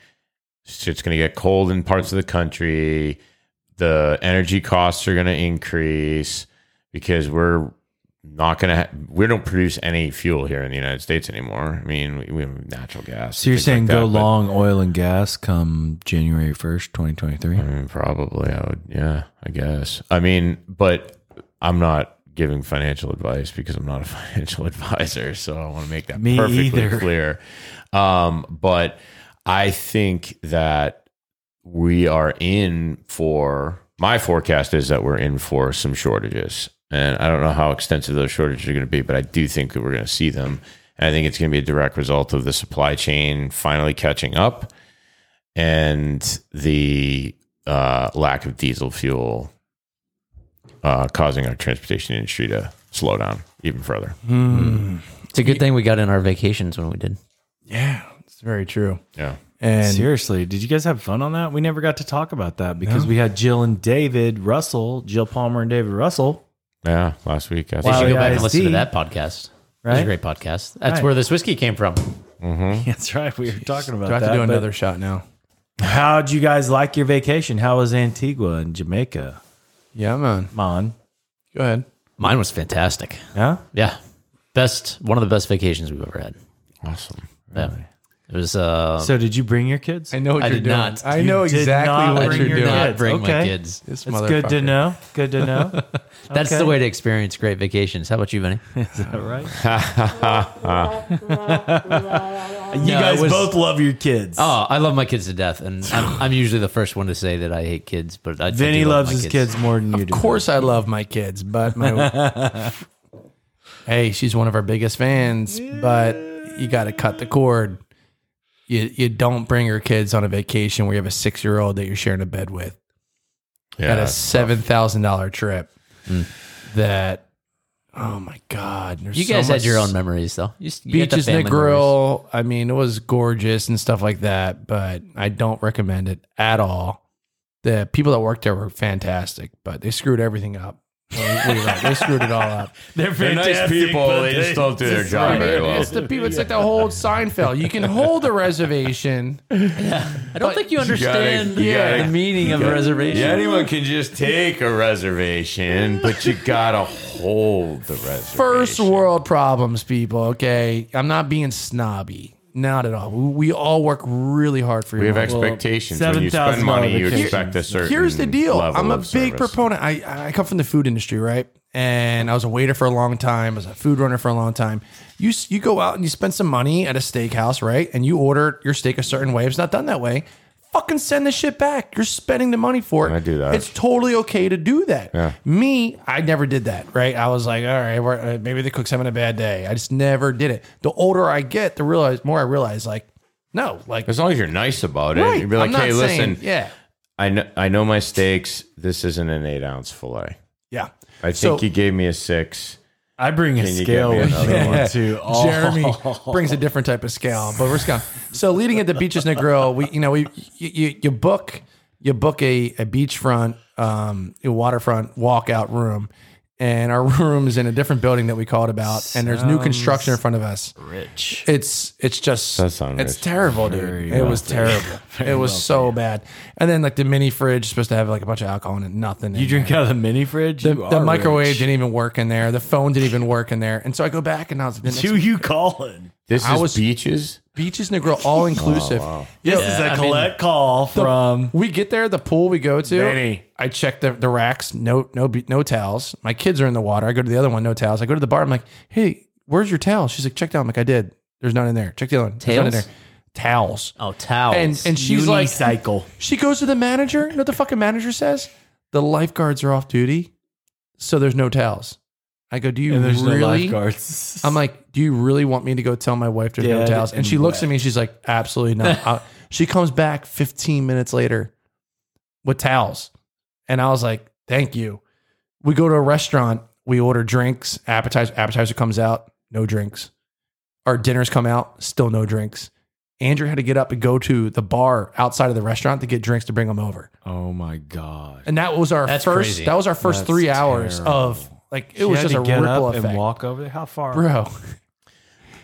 S3: shit's gonna get cold in parts of the country. The energy costs are gonna increase because we're not going to ha- we don't produce any fuel here in the United States anymore. I mean, we, we have natural gas.
S5: So you're
S3: and things
S5: saying
S3: like
S5: go
S3: that, but-
S5: long oil and gas come January 1st, 2023?
S3: I mean, probably I would yeah, I guess. I mean, but I'm not giving financial advice because I'm not a *laughs* financial advisor, so I want to make that
S5: Me
S3: perfectly
S5: either. *laughs*
S3: clear. Um, but I think that we are in for my forecast is that we're in for some shortages. And I don't know how extensive those shortages are going to be, but I do think that we're going to see them. And I think it's going to be a direct result of the supply chain finally catching up and the uh, lack of diesel fuel uh, causing our transportation industry to slow down even further.
S4: Mm-hmm.
S2: It's a good thing we got in our vacations when we did.
S4: Yeah, it's very true.
S3: Yeah.
S4: And
S5: Seriously, did you guys have fun on that? We never got to talk about that because we had Jill and David Russell, Jill Palmer and David Russell, *laughs*
S3: Yeah. Last week. Oh, I
S2: They
S3: think-
S2: should go
S5: yeah,
S2: back
S5: ISD.
S2: and listen to that podcast. It was
S5: right?
S2: a great podcast. That's
S5: Right.
S2: where this whiskey came from.
S5: That's right. We were talking about
S4: do I have
S5: that.
S4: to do
S5: but
S4: another shot now?
S5: How'd you guys like your vacation? How was Antigua and Jamaica?
S4: Yeah, man.
S5: Mon.
S4: Go ahead.
S2: Mine was fantastic.
S5: Yeah.
S2: Yeah. Best one of the best vacations we've ever had.
S3: Awesome.
S2: Yeah. It was uh
S5: So did you bring your kids?
S4: I know what
S2: I
S4: you're
S2: did
S4: doing.
S2: not.
S4: I know
S5: You did
S4: exactly
S5: not
S4: what
S2: bring
S4: you're
S2: your
S4: doing.
S2: dad. bring my
S5: Okay.
S2: kids.
S4: This
S5: It's good to
S4: motherfucker.
S5: know. Good to know.
S2: That's
S5: Okay.
S2: the way to experience great vacations. How about you, Vinny?
S5: Is that right?
S1: You
S2: No,
S1: guys
S2: it was-
S1: both love your kids.
S2: Oh, I love my kids to death, and
S4: *sighs*
S2: I'm, I'm usually the first one to say that I hate kids, but I, I
S5: Vinny
S2: do love
S5: loves
S2: my
S5: his kids. more than you do.
S4: Of course, I love my kids, but my
S2: *laughs*
S4: hey, she's one of our biggest fans. But you got to cut the cord. You you don't bring your kids on a vacation where you have a six year old that you're sharing a bed with.
S3: Yeah.
S4: Got a seven thousand dollar trip. That oh my god! there's
S2: Mm. You
S4: so
S2: guys had
S4: much-
S2: your own memories, though. You, s- you got the
S4: beaches and the
S2: family memories.
S4: grill. I mean, it was gorgeous and stuff like that, but I don't recommend it at all. The people that worked there were fantastic, but they screwed everything up. We- we were right. *laughs* they screwed it all up.
S1: they're
S3: They're nice
S1: fantastic,
S3: people.
S1: but
S3: They just don't do their job very well.
S4: It's the people. It's like the whole Seinfeld. You can hold a *laughs* reservation.
S2: I don't think you understand
S3: you gotta-
S2: the meaning of a reservation.
S3: Yeah, anyone can just take a reservation, but you gotta hold the reservation.
S4: First world problems, people. Okay, I'm not being snobby. Not at all. We, we all work really hard for you.
S3: we have expectations. When you spend
S5: $7,000
S3: money, you
S5: vacation.
S3: expect a certain.
S4: Here's the deal.
S3: level
S4: I'm a
S3: of
S4: big
S3: service.
S4: proponent. I I come from the food industry, right? And I was a waiter for a long time. I was a food runner for a long time. You s- you go out and you spend some money at a steakhouse, right? And you order your steak a certain way. If it's not done that way, fucking send the shit back. You're spending the money for it.
S3: I do that.
S4: It's totally okay to do that. Me, I never did that, right? I was like, all right, we're, uh, maybe the cook's having a bad day. I just never did it. The older I get, the realize more I realize, like, no, like.
S3: As long as you're nice about it,
S4: Right.
S3: you'd be like,
S4: I'm not
S3: "Hey,
S4: saying-
S3: listen,
S4: Yeah.
S3: I know, I know my steaks. This isn't an eight ounce fillet.
S4: Yeah.
S3: I think
S4: So-
S3: you gave me a six.
S5: I bring a
S3: Can you
S5: scale
S3: get me
S5: with
S3: another
S5: me
S4: *laughs*
S3: one?
S5: to all.
S4: Jeremy
S5: Oh.
S4: brings a different type of scale, but we're just going. So leading at the beaches and the grill, we you know we you you, you book you book a a beachfront um a waterfront walkout room, and our *laughs* room is in a different building that we called about, and there's new construction in front of us. Rich. It's it's just
S3: Does sound
S4: it's
S3: rich.
S4: terrible, dude. it was terrible.
S5: *laughs*
S4: it was so bad. And then like the mini fridge is supposed to have like a bunch of alcohol in it, nothing.
S5: You drink out of the mini fridge?
S4: The,
S5: You
S4: the
S5: are
S4: microwave
S5: rich.
S4: didn't even work in there. The phone didn't even work in there. And so I go back and I was the next
S1: Who you calling?
S3: This
S4: I
S3: is
S4: was-
S3: beaches.
S4: Beaches Negro, all inclusive.
S1: This is a collect call from.
S4: We get there, the pool we go to.
S1: Benny.
S4: I check the, the racks. No, no, be- no towels. My kids are in the water. I go to the other one. No towels. I go to the bar. I'm like, hey, where's your towel? She's like, check down. I'm like, I did. There's none in there. Check the other one. There's none in
S2: Tails?
S4: there. Towels.
S2: Oh, towels.
S4: And and she's like,
S1: Unicycle.
S4: she goes to the manager. You know what the fucking manager says? The lifeguards are off duty, so there's no towels. I go, do you
S5: And there's
S4: really?
S5: no lifeguards.
S4: I'm like, do you really want me to go tell my wife there's no
S5: Dead
S4: towels? And she
S5: and
S4: looks at
S5: wet.
S4: me and she's like, absolutely
S5: *laughs*
S4: not. I- she comes back 15 minutes later with towels. And I was like, thank you. We go to a restaurant, we order drinks, appetizer, appetizer comes out, no drinks. Our dinners come out, still no drinks. Andrew had to get up and go to the bar outside of the restaurant to get drinks to bring them over.
S5: oh my god.
S4: And that was our
S2: That's
S4: first
S2: crazy.
S4: that was our first
S5: That's
S4: three hours
S5: terrible.
S4: of like it
S5: She
S4: was
S5: had
S4: just
S5: to
S4: a
S5: get
S4: ripple
S5: up
S4: effect.
S5: and walk over there. How far, Oh.
S4: Bro.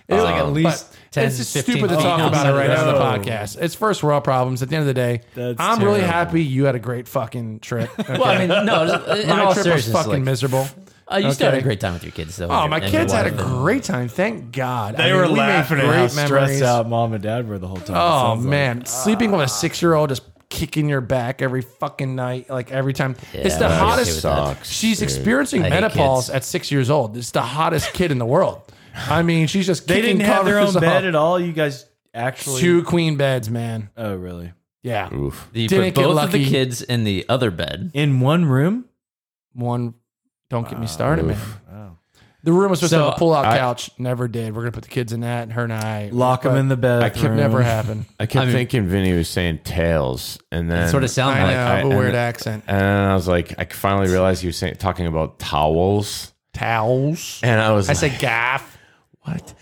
S4: It was
S2: like at least 10,
S4: it's just
S2: 15
S4: stupid to
S2: feet
S4: talk about it
S2: outside
S4: right now on
S5: the
S4: the
S5: road.
S4: podcast. It's first world problems. At the end of the day,
S5: That's
S4: I'm really
S5: terrible.
S4: happy you had a great fucking trip. okay?
S2: *laughs* *laughs* Well, I mean, no. In
S4: *laughs* my
S2: all
S4: trip was
S2: seriousness,
S4: fucking
S2: like,
S4: miserable.
S2: uh, you still had a
S4: Okay.
S2: great time with your kids, though.
S4: Oh,
S2: and
S4: my
S2: your- and your
S4: kids had a
S2: wife and-
S4: great time. Thank God.
S1: They were laughing at
S4: made
S1: how
S4: great
S5: stressed
S4: memories.
S5: out mom and dad were the whole time.
S4: Oh
S5: Sounds like- "Ah."
S4: man, sleeping with a six-year-old just kicking your back every fucking night, like every time. it's the
S2: I don't
S4: hottest.
S2: see what that-
S3: Sucks,
S4: she's
S3: dude.
S4: experiencing
S2: I hate
S4: menopause
S2: kids.
S4: at six years old. It's the hottest kid in the world. I mean, she's just
S5: they
S4: kicking
S5: didn't have their own
S4: covers
S5: bed
S4: off.
S5: at all. You guys actually.
S4: Two queen beds, man.
S5: Oh really?
S4: Yeah,
S3: Oof.
S2: You put
S4: Didn't get
S2: both of the
S4: lucky.
S2: kids in the other bed.
S5: In one room.
S4: one. Don't get me started, man.
S5: Wow.
S4: The room was supposed to
S2: So,
S4: have a pull-out
S3: I-
S4: couch. Never did. We're gonna put the kids in that, and her and I
S5: Lock them in the bed.
S4: That could
S3: *laughs*
S4: never happen.
S3: I kept
S2: I mean-
S3: thinking Vinny was saying tails, and then
S2: It sort of sounded
S4: I
S2: like
S4: know,
S3: I-
S4: have a weird
S3: and-
S4: accent.
S3: And then I was like, I finally realized he was saying, talking about towels,
S4: Towels.
S3: and I was,
S4: I
S3: like,
S4: said gaff.
S3: what?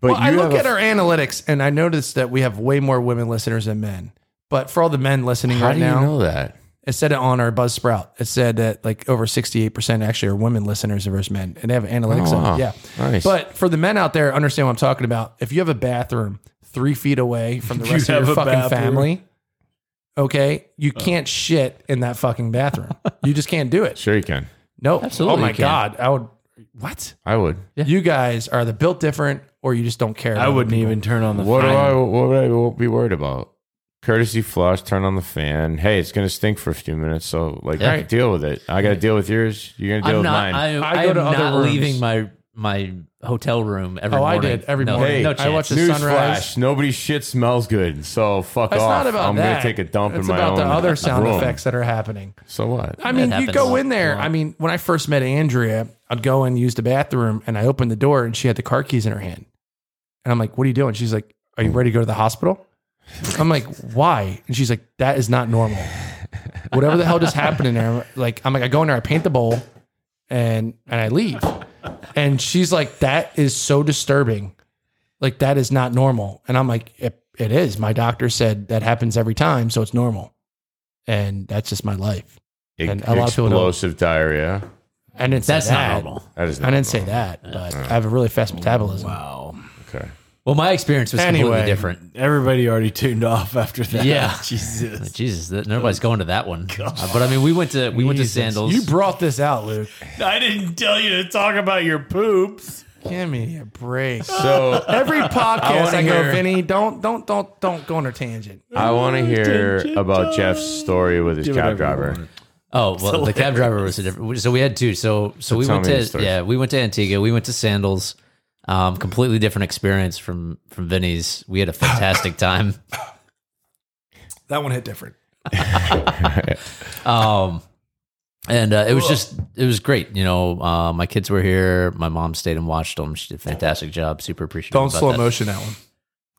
S3: But
S4: well, I look
S3: have
S4: at
S3: a-
S4: our analytics and I noticed that we have way more women listeners than men. But for all the men listening
S3: How
S4: right
S3: do you
S4: now,
S3: know that?
S4: it said it on our Buzzsprout. It said that like over 68% actually are women listeners versus men. And they have analytics
S3: Oh,
S4: on
S3: wow.
S4: it. Yeah.
S3: Nice.
S4: But for the men out there, understand what I'm talking about. If you have a bathroom three feet away
S3: *laughs*
S4: from the
S5: You
S4: rest of
S5: have
S4: your
S5: a
S4: fucking
S5: bathroom?
S4: family, okay, you
S3: Oh.
S4: can't shit in that fucking bathroom. you just can't do it. *laughs*
S3: Sure, you can.
S4: No.
S2: Absolutely
S4: Oh my
S2: you can.
S4: God. I would, what?
S3: I would.
S4: You guys are the built different or you just don't care. about
S5: I
S4: other
S5: wouldn't
S4: people.
S5: even turn on the.
S3: What do
S5: fan.
S3: I? What would I be worried about? Courtesy flush, turn on the fan. Hey, it's gonna stink for a few minutes, so like,
S2: Yeah.
S3: right, deal with it. I gotta deal with yours. You're gonna deal
S2: I'm
S3: with
S2: not.
S3: mine.
S2: I, I,
S4: I go
S2: am
S4: to other
S2: not
S4: rooms.
S2: leaving my my hotel room every
S4: Oh, I
S2: morning.
S4: did every
S2: no,
S4: morning.
S2: No
S3: Hey,
S2: chance.
S4: I watch the
S3: News
S4: sunrise.
S3: flash: nobody's shit smells good, so fuck
S4: That's
S3: off.
S4: not about
S3: I'm gonna
S4: that.
S3: take a dump
S4: it's
S3: in my
S4: about
S3: own
S4: the other sound
S3: room.
S4: effects that are happening.
S3: So what?
S4: I mean, you
S2: happens
S4: go
S2: a
S4: in there. I mean, when I first met Andrea, I'd go and use the bathroom, and I opened the door, and she had the car keys in her hand, and I'm like, "What are you doing?" She's like, "Are you ready to go to the hospital?" I'm like, "Why?" And she's like, "That is not normal. Whatever the hell just happened in there." Like, I'm like, I go in there, I paint the bowl, and and I leave, and she's like, "That is so disturbing. Like, that is not normal." And I'm like, "It, it is. My doctor said that happens every time, so it's normal." And that's just my life. and a lot of people don't-
S3: explosive diarrhea.
S4: I didn't say
S2: That's
S4: that.
S2: not normal.
S3: That is
S4: I didn't say that, but I have a really fast metabolism.
S5: Wow.
S3: Okay.
S2: Well, my experience was
S4: Anyway.
S2: completely different.
S5: Everybody already tuned off after
S1: *laughs*
S2: *laughs*
S5: that.
S2: Yeah.
S5: Jesus.
S2: Jesus, that, nobody's going to that one. Uh, but I mean, we went to we went to Sandals.
S4: You brought this out, Luke.
S1: I didn't tell you to talk about your poops.
S4: Give me a *laughs* break.
S3: So
S4: Every podcast
S3: wanna
S4: I, go,
S3: hear-
S4: Vinny, don't don't don't don't go on a tangent.
S3: I want to hear about Jeff's story with his cab driver.
S2: oh well, the cab driver was a different. So we had two. So so, we
S3: tell
S2: went
S3: me the
S2: to
S3: story.
S2: yeah we went to Antigua. We went to Sandals. Um, completely different experience from from Vinny's. We had a fantastic time.
S4: That one hit different.
S2: Um, and uh, it was just it was great. You know, uh, my kids were here. My mom stayed and watched them. She did a fantastic job. Super appreciative.
S4: Don't
S2: about
S4: slow
S2: that.
S4: motion that one.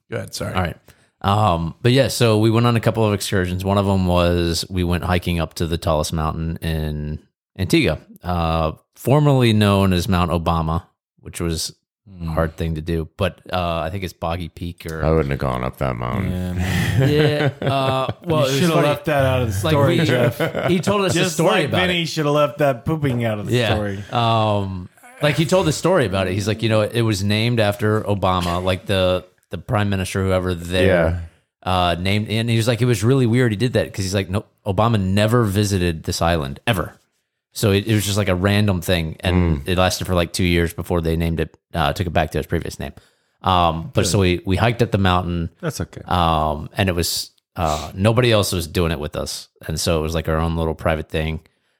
S4: Go ahead. Sorry.
S2: All right. Um, but yeah, so we went on a couple of excursions. One of them was we went hiking up to the tallest mountain in Antigua, uh, formerly known as Mount Obama, which was a hard thing to do, but uh, I think it's Boggy Peak
S3: I
S2: or
S3: wouldn't have gone up that mountain.
S2: *laughs* yeah. Uh, well,
S5: you should have left that out of the
S2: like
S5: story,
S2: we-
S5: Jeff.
S2: he told us a
S5: Just
S2: story
S5: like
S2: about it.
S5: Vinny should have left that pooping out of the story.
S2: Um, like he told the story about it. He's like, you know, it was named after Obama, like the the prime minister, whoever there, uh, named. And he was like, it was really weird. He did that because he's like, no, Obama never visited this island ever. So it, it was just like a random thing, and
S5: Mm.
S2: it lasted for like two years before they named it, uh, took it back to its previous name. Um, but so we we hiked up the mountain
S5: That's okay.
S2: um, and it was uh, nobody else was doing it with us, and so it was like our own little private thing.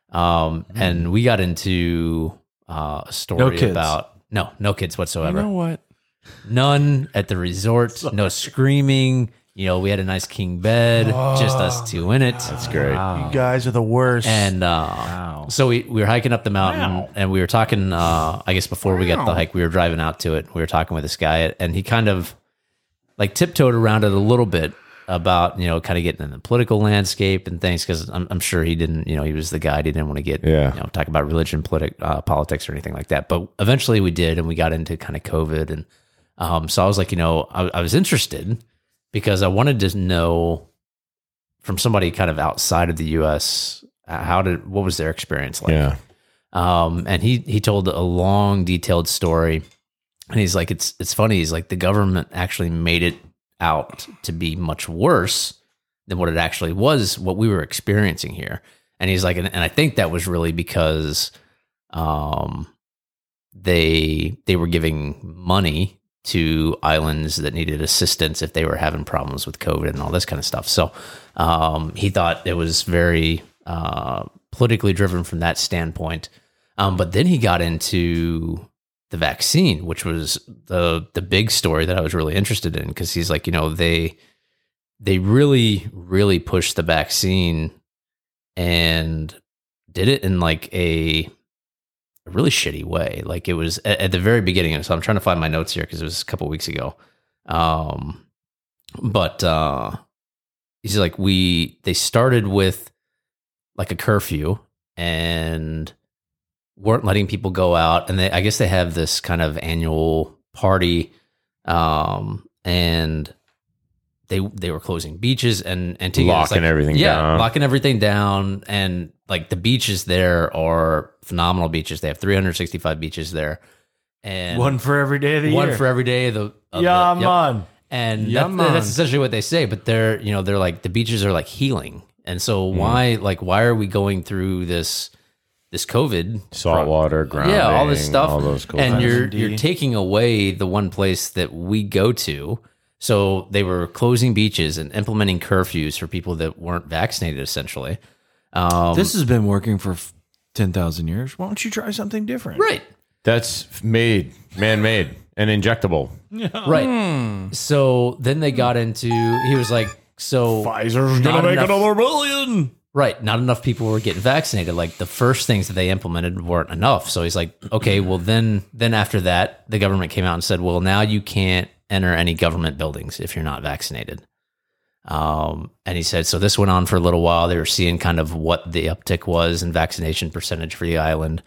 S2: Um, And we got into uh, a story
S5: No kids.
S2: about no, no kids
S4: You
S2: whatsoever,
S4: know what?
S2: none at the resort, no screaming. You know, we had a nice king bed, just us two in it.
S3: That's great.
S9: You guys are the worst.
S2: Oh. And uh, so we, we were hiking up the mountain and we were talking, uh, I guess before we got the hike, we were driving out to it. We were talking with this guy and he kind of like tiptoed around it a little bit about, you know, kind of getting in the political landscape and things. Cause I'm, I'm sure he didn't, you know, he was the guy. He didn't want to get,
S3: Yeah.
S2: you know, talk about religion, politic, uh, politics or anything like that. But eventually we did. And we got into kind of COVID. And, um, so I was like, you know, I, I was interested because I wanted to know from somebody kind of outside of the U.S. uh, How did what was their experience like?
S3: yeah.
S2: Um, and he he told a long, detailed story, and he's like, it's it's funny. He's like, the government actually made it out to be much worse than what it actually was, what we were experiencing here. And he's like, and, and I think that was really because, um, they they were giving money to islands that needed assistance if they were having problems with COVID and all this kind of stuff. So um, he thought it was very uh, politically driven from that standpoint. Um, but then he got into the vaccine, which was the the big story that I was really interested in because he's like, you know, they they really really pushed the vaccine and did it in like a a really shitty way. Like it was at, at the very beginning. So I'm trying to find my notes here because it was a couple weeks ago. Um, but uh, he's like, we they started with like a curfew and weren't letting people go out. And they, I guess they have this kind of annual party, um, and they they were closing beaches and and taking
S3: Locking everything
S2: yeah,
S3: down.
S2: locking everything down. And like the beaches there are phenomenal beaches. They have 365 beaches there, and
S9: one for every day of the
S2: one
S9: year.
S2: for every day. Of the of
S9: yeah, uh,
S2: the,
S9: man.
S2: yep and
S9: Yeah,
S2: that's, that's
S9: man.
S2: essentially what they say but they're you know they're like the beaches are like healing and
S3: Hmm.
S2: so why like why are we going through this this covid
S3: Salt water, grounding.
S2: yeah all this stuff
S3: All those cool
S2: and
S3: things.
S2: you're you're taking away the one place that we go to so they were closing beaches and implementing curfews for people that weren't vaccinated essentially um,
S5: This has been working for f- 10,000 years. Why don't you try something different?
S2: right
S3: That's made, man made, and injectable.
S2: right
S3: Hmm.
S2: so then they got into he was like so
S9: Pfizer's
S2: Not
S9: gonna make
S2: enough.
S9: another billion.
S2: Right. Not enough people were getting vaccinated. Like the first things that they implemented weren't enough. So he's like, okay, well then then after that, the government came out and said, well, now you can't enter any government buildings if you're not vaccinated. Um, and he said, so this went on for a little while. They were seeing kind of what the uptick was in vaccination percentage for the island.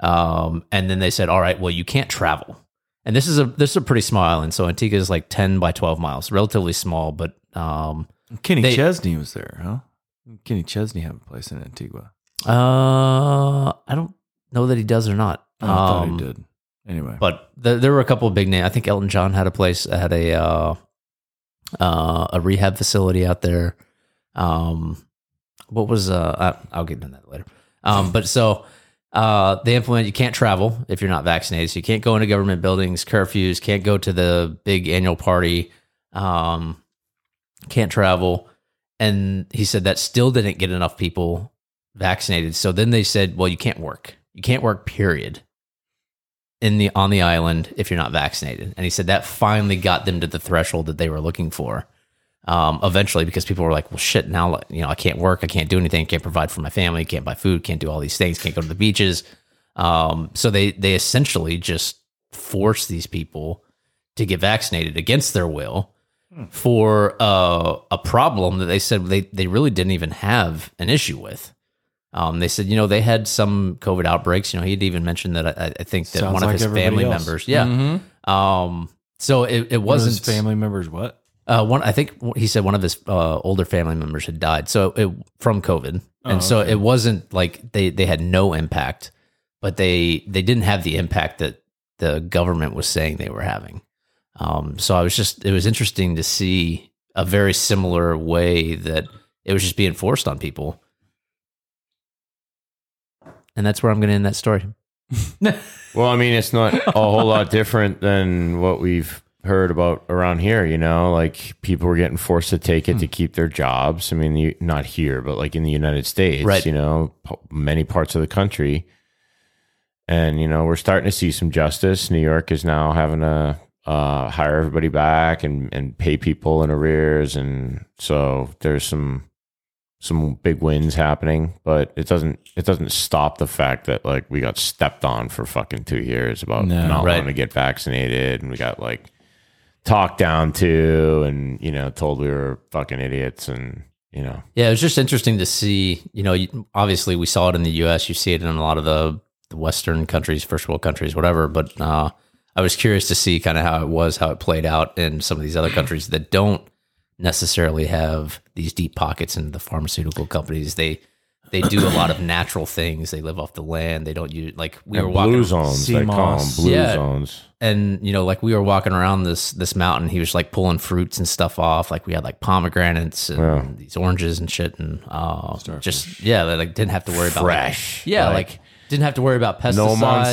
S2: Um, and then they said, all right, well, you can't travel. And this is a this is a pretty small island. So Antigua is like 10 by 12 miles, relatively small, but um,
S5: Kenny
S2: They-
S5: Chesney was there, huh? Kenny Chesney had a place in Antigua.
S2: Uh, I don't know that he does or not.
S5: I thought
S2: Um,
S5: he did. Anyway.
S2: But th- there were a couple of big names. I think Elton John had a place, had a uh, uh, a rehab facility out there. Um, what was uh? I, I'll get into that later. Um, but so uh, they implement you can't travel if you're not vaccinated, so you can't go into government buildings, curfews, can't go to the big annual party, um, can't travel. And he said that still didn't get enough people vaccinated. So then they said, well, you can't work. You can't work, period in the on the island if you're not vaccinated. And he said that finally got them to the threshold that they were looking for. Um, eventually, because people were like, "Well, shit, now like, you know I can't work, I can't do anything, can't provide for my family, can't buy food, can't do all these things, can't go to the beaches." Um, so they they essentially just force these people to get vaccinated against their will
S5: Hmm.
S2: for uh, a problem that they said they they really didn't even have an issue with. Um, they said, you know, they had some COVID outbreaks. You know, he'd even mentioned that I, I think that
S5: Sounds
S2: one of
S5: like
S2: his
S5: everybody
S2: family
S5: else. Mm-hmm.
S2: members. Yeah. Um, so it, it
S5: One of his
S2: wasn't
S5: family members what?
S2: uh, one, I think he said one of his uh, older family members had died, so it, from COVID, and so it wasn't like they they had no impact, but they they didn't have the impact that the government was saying they were having. Um, so I was just it was interesting to see a very similar way that it was just being forced on people, and that's where I'm going to end that story.
S3: Well, I mean, it's not a whole lot different than what we've heard about around here. You know, like people were getting forced to take it
S2: Hmm.
S3: to keep their jobs. I mean, you, not here, but like in the United States,
S2: Right.
S3: you know, p- many parts of the country. And you know, we're starting to see some justice. New York is now having a uh, hire everybody back and and pay people in arrears, and so there's some some big wins happening, but it doesn't it doesn't stop the fact that like we got stepped on for fucking two years about
S1: No.
S3: not
S2: Right.
S3: wanting to get vaccinated, and we got like talked down to, and you know told we were fucking idiots, and you know
S2: Yeah, it was just interesting to see. You know, you- obviously we saw it in the U.S. You see it in a lot of the, the Western countries, first world countries, whatever. But uh, I was curious to see kind of how it was, how it played out in some of these other countries that don't necessarily have these deep pockets in the pharmaceutical companies. They they do a lot of natural things. They live off the land. They don't use like we were
S3: and
S2: walking
S3: blue zones they call them
S1: CMOS.
S3: blue
S2: Yeah.
S3: zones.
S2: and you know like we were walking around this this mountain he was like pulling fruits and stuff off like we had like pomegranates and
S3: Yeah.
S2: these oranges and shit and uh just yeah they like didn't have to worry about
S3: Fresh,
S2: yeah like,
S3: like-
S2: didn't have to worry about pesticides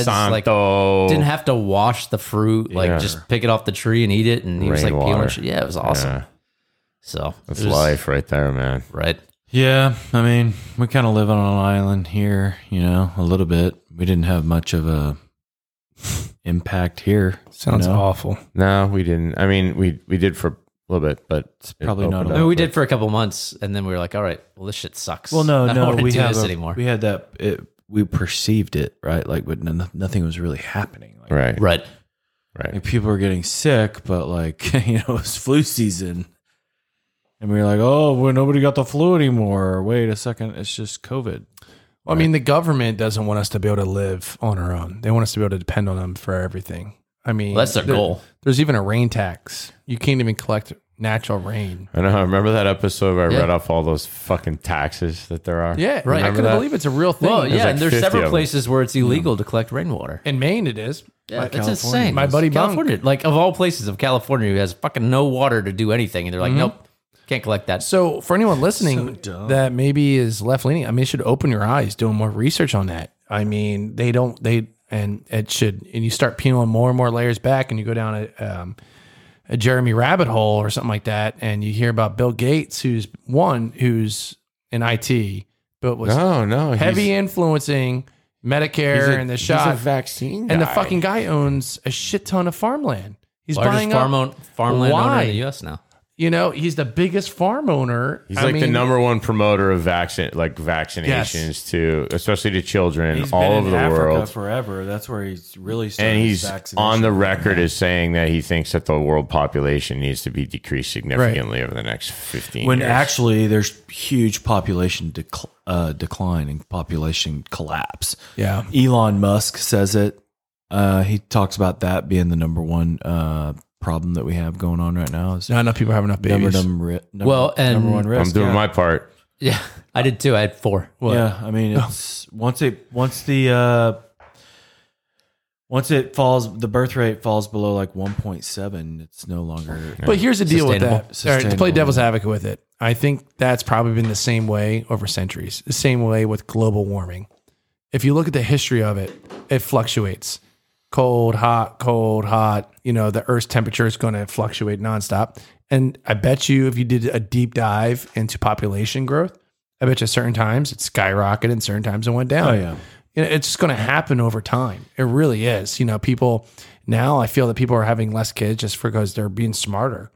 S3: No
S2: like
S3: Monsanto.
S2: didn't have to wash the fruit like
S3: Yeah.
S2: just pick it off the tree and eat it and he was like peeling
S3: Rainwater.
S2: shit. yeah it was awesome
S3: Yeah.
S2: so
S3: That's
S2: it was-
S3: life right there, man.
S2: right
S1: Yeah, I mean, we kind of live on an island here, you know, a little bit. We didn't have much of a *laughs* impact here.
S10: Sounds
S1: No.
S10: awful.
S3: No, we didn't. I mean, we we did for a little bit, but it's
S1: probably not
S2: I mean, we did for a couple months and then we were like all right well this shit sucks
S1: Well,
S2: *laughs* I
S1: no,
S2: don't
S1: no,
S2: wanna
S1: we
S2: do
S1: have
S2: this
S1: a-
S2: anymore
S1: We had that. It, we perceived it right, like, but no, nothing was really happening. Like,
S3: right,
S2: right
S3: right.
S1: like, people were getting sick, but like *laughs* you know, it was flu season, and we were like, oh, well, nobody got the flu anymore. Wait a second, it's just COVID.
S10: Right.
S4: I mean, the government doesn't want us to be able to live on our own. They want us to be able to depend on them for everything. I mean,
S2: well, that's their
S4: there-
S2: goal
S4: There's even a rain tax. You can't even collect natural rain.
S3: I know. Remember that episode where I
S2: Yeah.
S3: read off all those fucking taxes that there are?
S4: Yeah,
S2: Right.
S4: I
S2: Remember
S4: couldn't
S3: that?
S4: believe it's a real thing.
S2: Well, yeah,
S3: like
S2: and there's
S3: 50 of
S2: several
S3: them.
S2: places where it's illegal to collect rainwater.
S4: in Maine it is.
S2: Yeah, it's
S4: California.
S2: insane.
S4: My buddy Bunk.
S2: California, like of all places of California, who has fucking no water to do anything, and they're like,
S4: Mm-hmm.
S2: nope, can't collect that.
S4: So for anyone listening that maybe is left leaning, I mean, you should open your eyes, doing more research on that. I mean, they don't they and it should and you start peeling more and more layers back, and you go down a, um, a Jeremy rabbit hole or something like that, and you hear about Bill Gates, who's one who's in IT, but was
S3: No, no. Ah, he's-
S4: heavy influencing Medicare
S3: he's a-
S4: and the
S3: he's
S4: shot
S3: a vaccine,
S4: and the
S3: guy.
S4: fucking guy owns a shit ton of farmland. He's
S2: Largest
S4: buying up,
S2: farm own, farmland owner
S4: Why?
S2: in the U.S. now.
S4: you know, he's the biggest farm owner.
S3: He's
S4: I
S3: like the
S4: mean,
S3: number one promoter of vaccine, like vaccinations to, especially to children
S1: He's
S3: all
S1: been
S3: over
S1: in
S3: the
S1: Africa
S3: world.
S1: forever. That's where he's really started
S3: and
S1: his
S3: he's
S1: vaccination
S3: on the
S1: program.
S3: record as saying that he thinks that the world population needs to be decreased significantly over the next 15
S1: when
S3: years.
S1: actually there's huge population dec- uh, decline and population collapse.
S4: Yeah.
S1: Elon Musk says it. Uh, he talks about that being the number one uh, problem that we have going on right now. Is
S4: Not enough people have enough babies.
S1: number, number, ri- number,
S2: Well, and-
S1: number one risk.
S3: I'm doing
S1: yeah.
S3: my part.
S2: Yeah, *laughs* I did too. I had four.
S1: Yeah, I mean, it's once it once the uh, once it falls, the birth rate falls below like 1.7. It's no longer.
S4: But here's the deal with that.
S2: Sustainable.
S4: All right, to play
S1: Sustainable.
S4: devil's advocate with it, I think that's probably been the same way over centuries. The same way with global warming. If you look at the history of it, it fluctuates. Cold, hot, cold, hot. You know, the Earth's temperature is going to fluctuate nonstop. And I bet you, if you did a deep dive into population growth, I bet you certain times it skyrocketed and certain times it went down.
S1: Oh yeah,
S4: you know, it's just going to happen over time. It really is. You know, people now I feel that people are having less kids just because they're being smarter,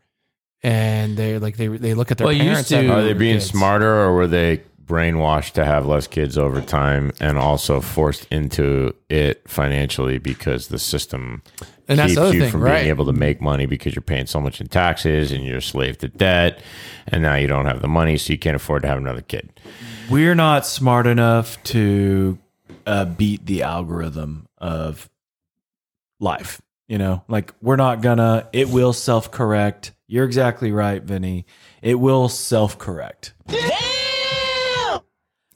S4: and they like they they look at their
S2: Well, you
S4: parents.
S2: used to-
S4: having
S3: Are they being
S4: kids.
S3: smarter or were they brainwashed to have less kids over time and also forced into it financially because the system
S4: And that's
S3: keeps
S4: the other
S3: you
S4: thing,
S3: from
S4: right?
S3: being able to make money because you're paying so much in taxes and you're a slave to debt and now you don't have the money so you can't afford to have another kid.
S1: we're not smart enough to uh, beat the algorithm of life. You know, like we're not gonna. It will self correct. You're exactly right, Vinny. It will self *laughs* correct.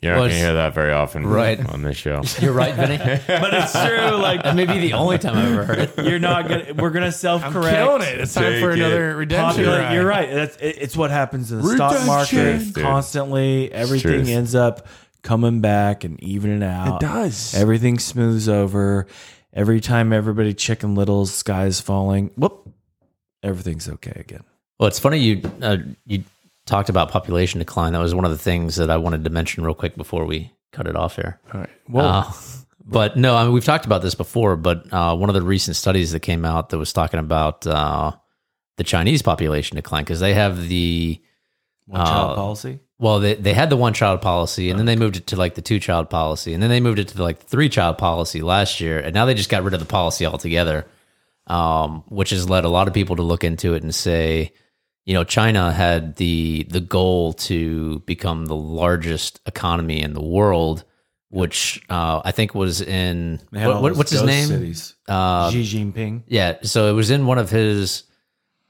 S3: You're not
S2: Well,
S3: going to
S2: it's-
S3: hear that very often
S2: Right.
S3: on this
S4: *laughs*
S3: show.
S2: *laughs* You're right, *laughs* Vinny.
S11: But it's true. Like
S2: that may be the only time I've ever heard it.
S11: you're not gonna. We're gonna self correct.
S4: killing it. It's time
S3: Take
S4: for
S3: it.
S4: another redemption.
S11: Populate-
S4: ride.
S11: You're right. That's it, it's what happens in the stock
S3: Truth,
S11: market
S3: dude.
S1: Constantly, everything
S3: truth.
S1: ends up coming back and evening out.
S4: It does.
S1: Everything smooths over. Every time everybody chicken littles, sky's falling. Whoop. Everything's okay again.
S2: Well, it's funny you uh, you talked about population decline. That was one of the things that I wanted to mention real quick before we cut it off here.
S4: All right. Well,
S2: Uh, But no, I mean, we've talked about this before, but uh, one of the recent studies that came out that was talking about uh, the Chinese population decline because they have the
S1: One child
S2: Uh,
S1: policy.
S2: well, they, they had the one child policy and then they moved it to like the two child policy and then they moved it to like the three child policy last year. And now they just got rid of the policy altogether, um, which has led a lot of people to look into it and say, you know, China had the the goal to become the largest economy in the world, which uh, I think was in
S1: They had
S2: what-
S1: all
S2: what-
S1: those
S2: what's his
S1: ghost
S2: name?
S1: Cities.
S2: Uh,
S1: Xi Jinping.
S2: yeah, so it was in one of his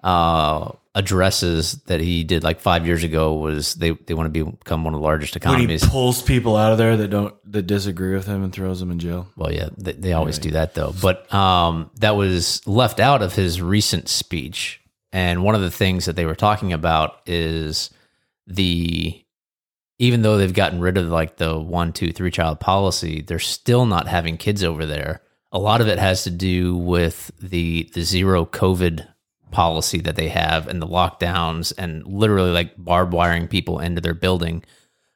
S2: uh, addresses that he did like five years ago. Was they they want to become one of the largest
S1: When he
S2: economies?
S1: pulls people out of there that don't that disagree with him and throws them in jail.
S2: well, yeah, they, they always do that though. But um, that was left out of his recent speech. And one of the things that they were talking about is the even though they've gotten rid of like the one, two, three child policy, they're still not having kids over there. A lot of it has to do with the the zero COVID policy that they have and the lockdowns and literally like barbed wiring people into their building.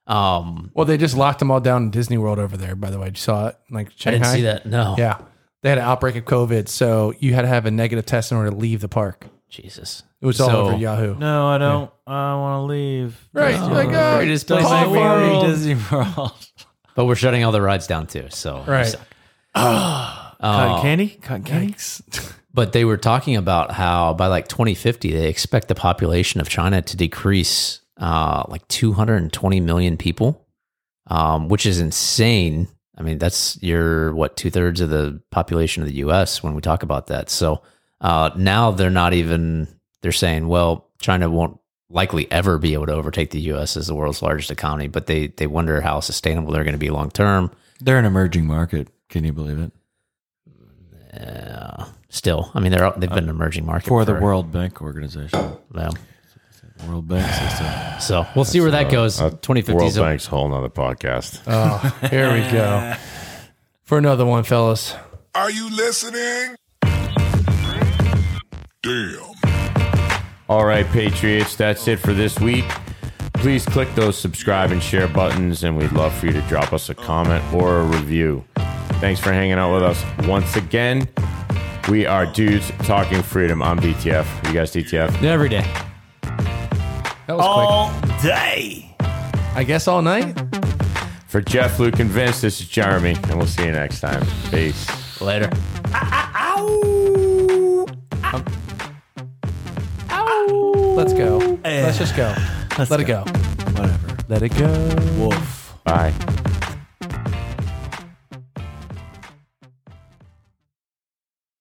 S2: Um,
S4: Well, they just locked them all down in Disney World over there. By the way, you saw it like
S2: I
S4: Shanghai.
S2: didn't see that. No.
S4: Yeah, they had an outbreak of COVID, so you had to have a negative test in order to leave the park.
S2: Jesus.
S4: It was all
S2: So-
S4: over Yahoo.
S1: No, I don't. I want to leave.
S4: Right,
S1: No.
S4: like, uh,
S2: Greatest
S4: Paw
S2: place in the
S4: Farm.
S2: world.
S1: Sorry, Disney World.
S2: But we're shutting all the rides down too. So *laughs*
S4: Right.
S1: Cotton candy? Cotton candy?
S2: But they were talking about how by like 2050, they expect the population of China to decrease uh, like 220 million people, um, which is insane. I mean, that's your, what, two thirds of the population of the US when we talk about that. So uh, now they're not even, they're saying, well, China won't likely ever be able to overtake the US as the world's largest economy, but they, they wonder how sustainable they're going to be long term.
S1: They're an emerging market. Can you believe it?
S2: Still, I mean, they're, they've been an emerging market
S1: Uh, For the World Bank Organization.
S2: Well,
S1: World Bank System.
S2: So we'll see where that goes.
S3: Uh,
S2: Twenty fifty
S3: World
S2: is a
S3: Bank's whole nother podcast.
S4: Oh, here we go for another one, fellas.
S9: Are you listening? Damn.
S3: All right, Patriots, that's it for this week. Please click those subscribe and share buttons, and we'd love for you to drop us a comment or a review. Thanks for hanging out with us once again. We are Dudes Talking Freedom. I'm DTF. You guys, DTF?
S2: every day.
S4: That was
S12: All day.
S4: quick. I guess all night.
S3: For Jeff, Luke, and Vince, this is Jeremy, and we'll see you next time. Peace.
S2: Later.
S4: Let's go. Let's just go. Let it go.
S1: Whatever.
S4: Let it go.
S1: Wolf.
S3: Bye.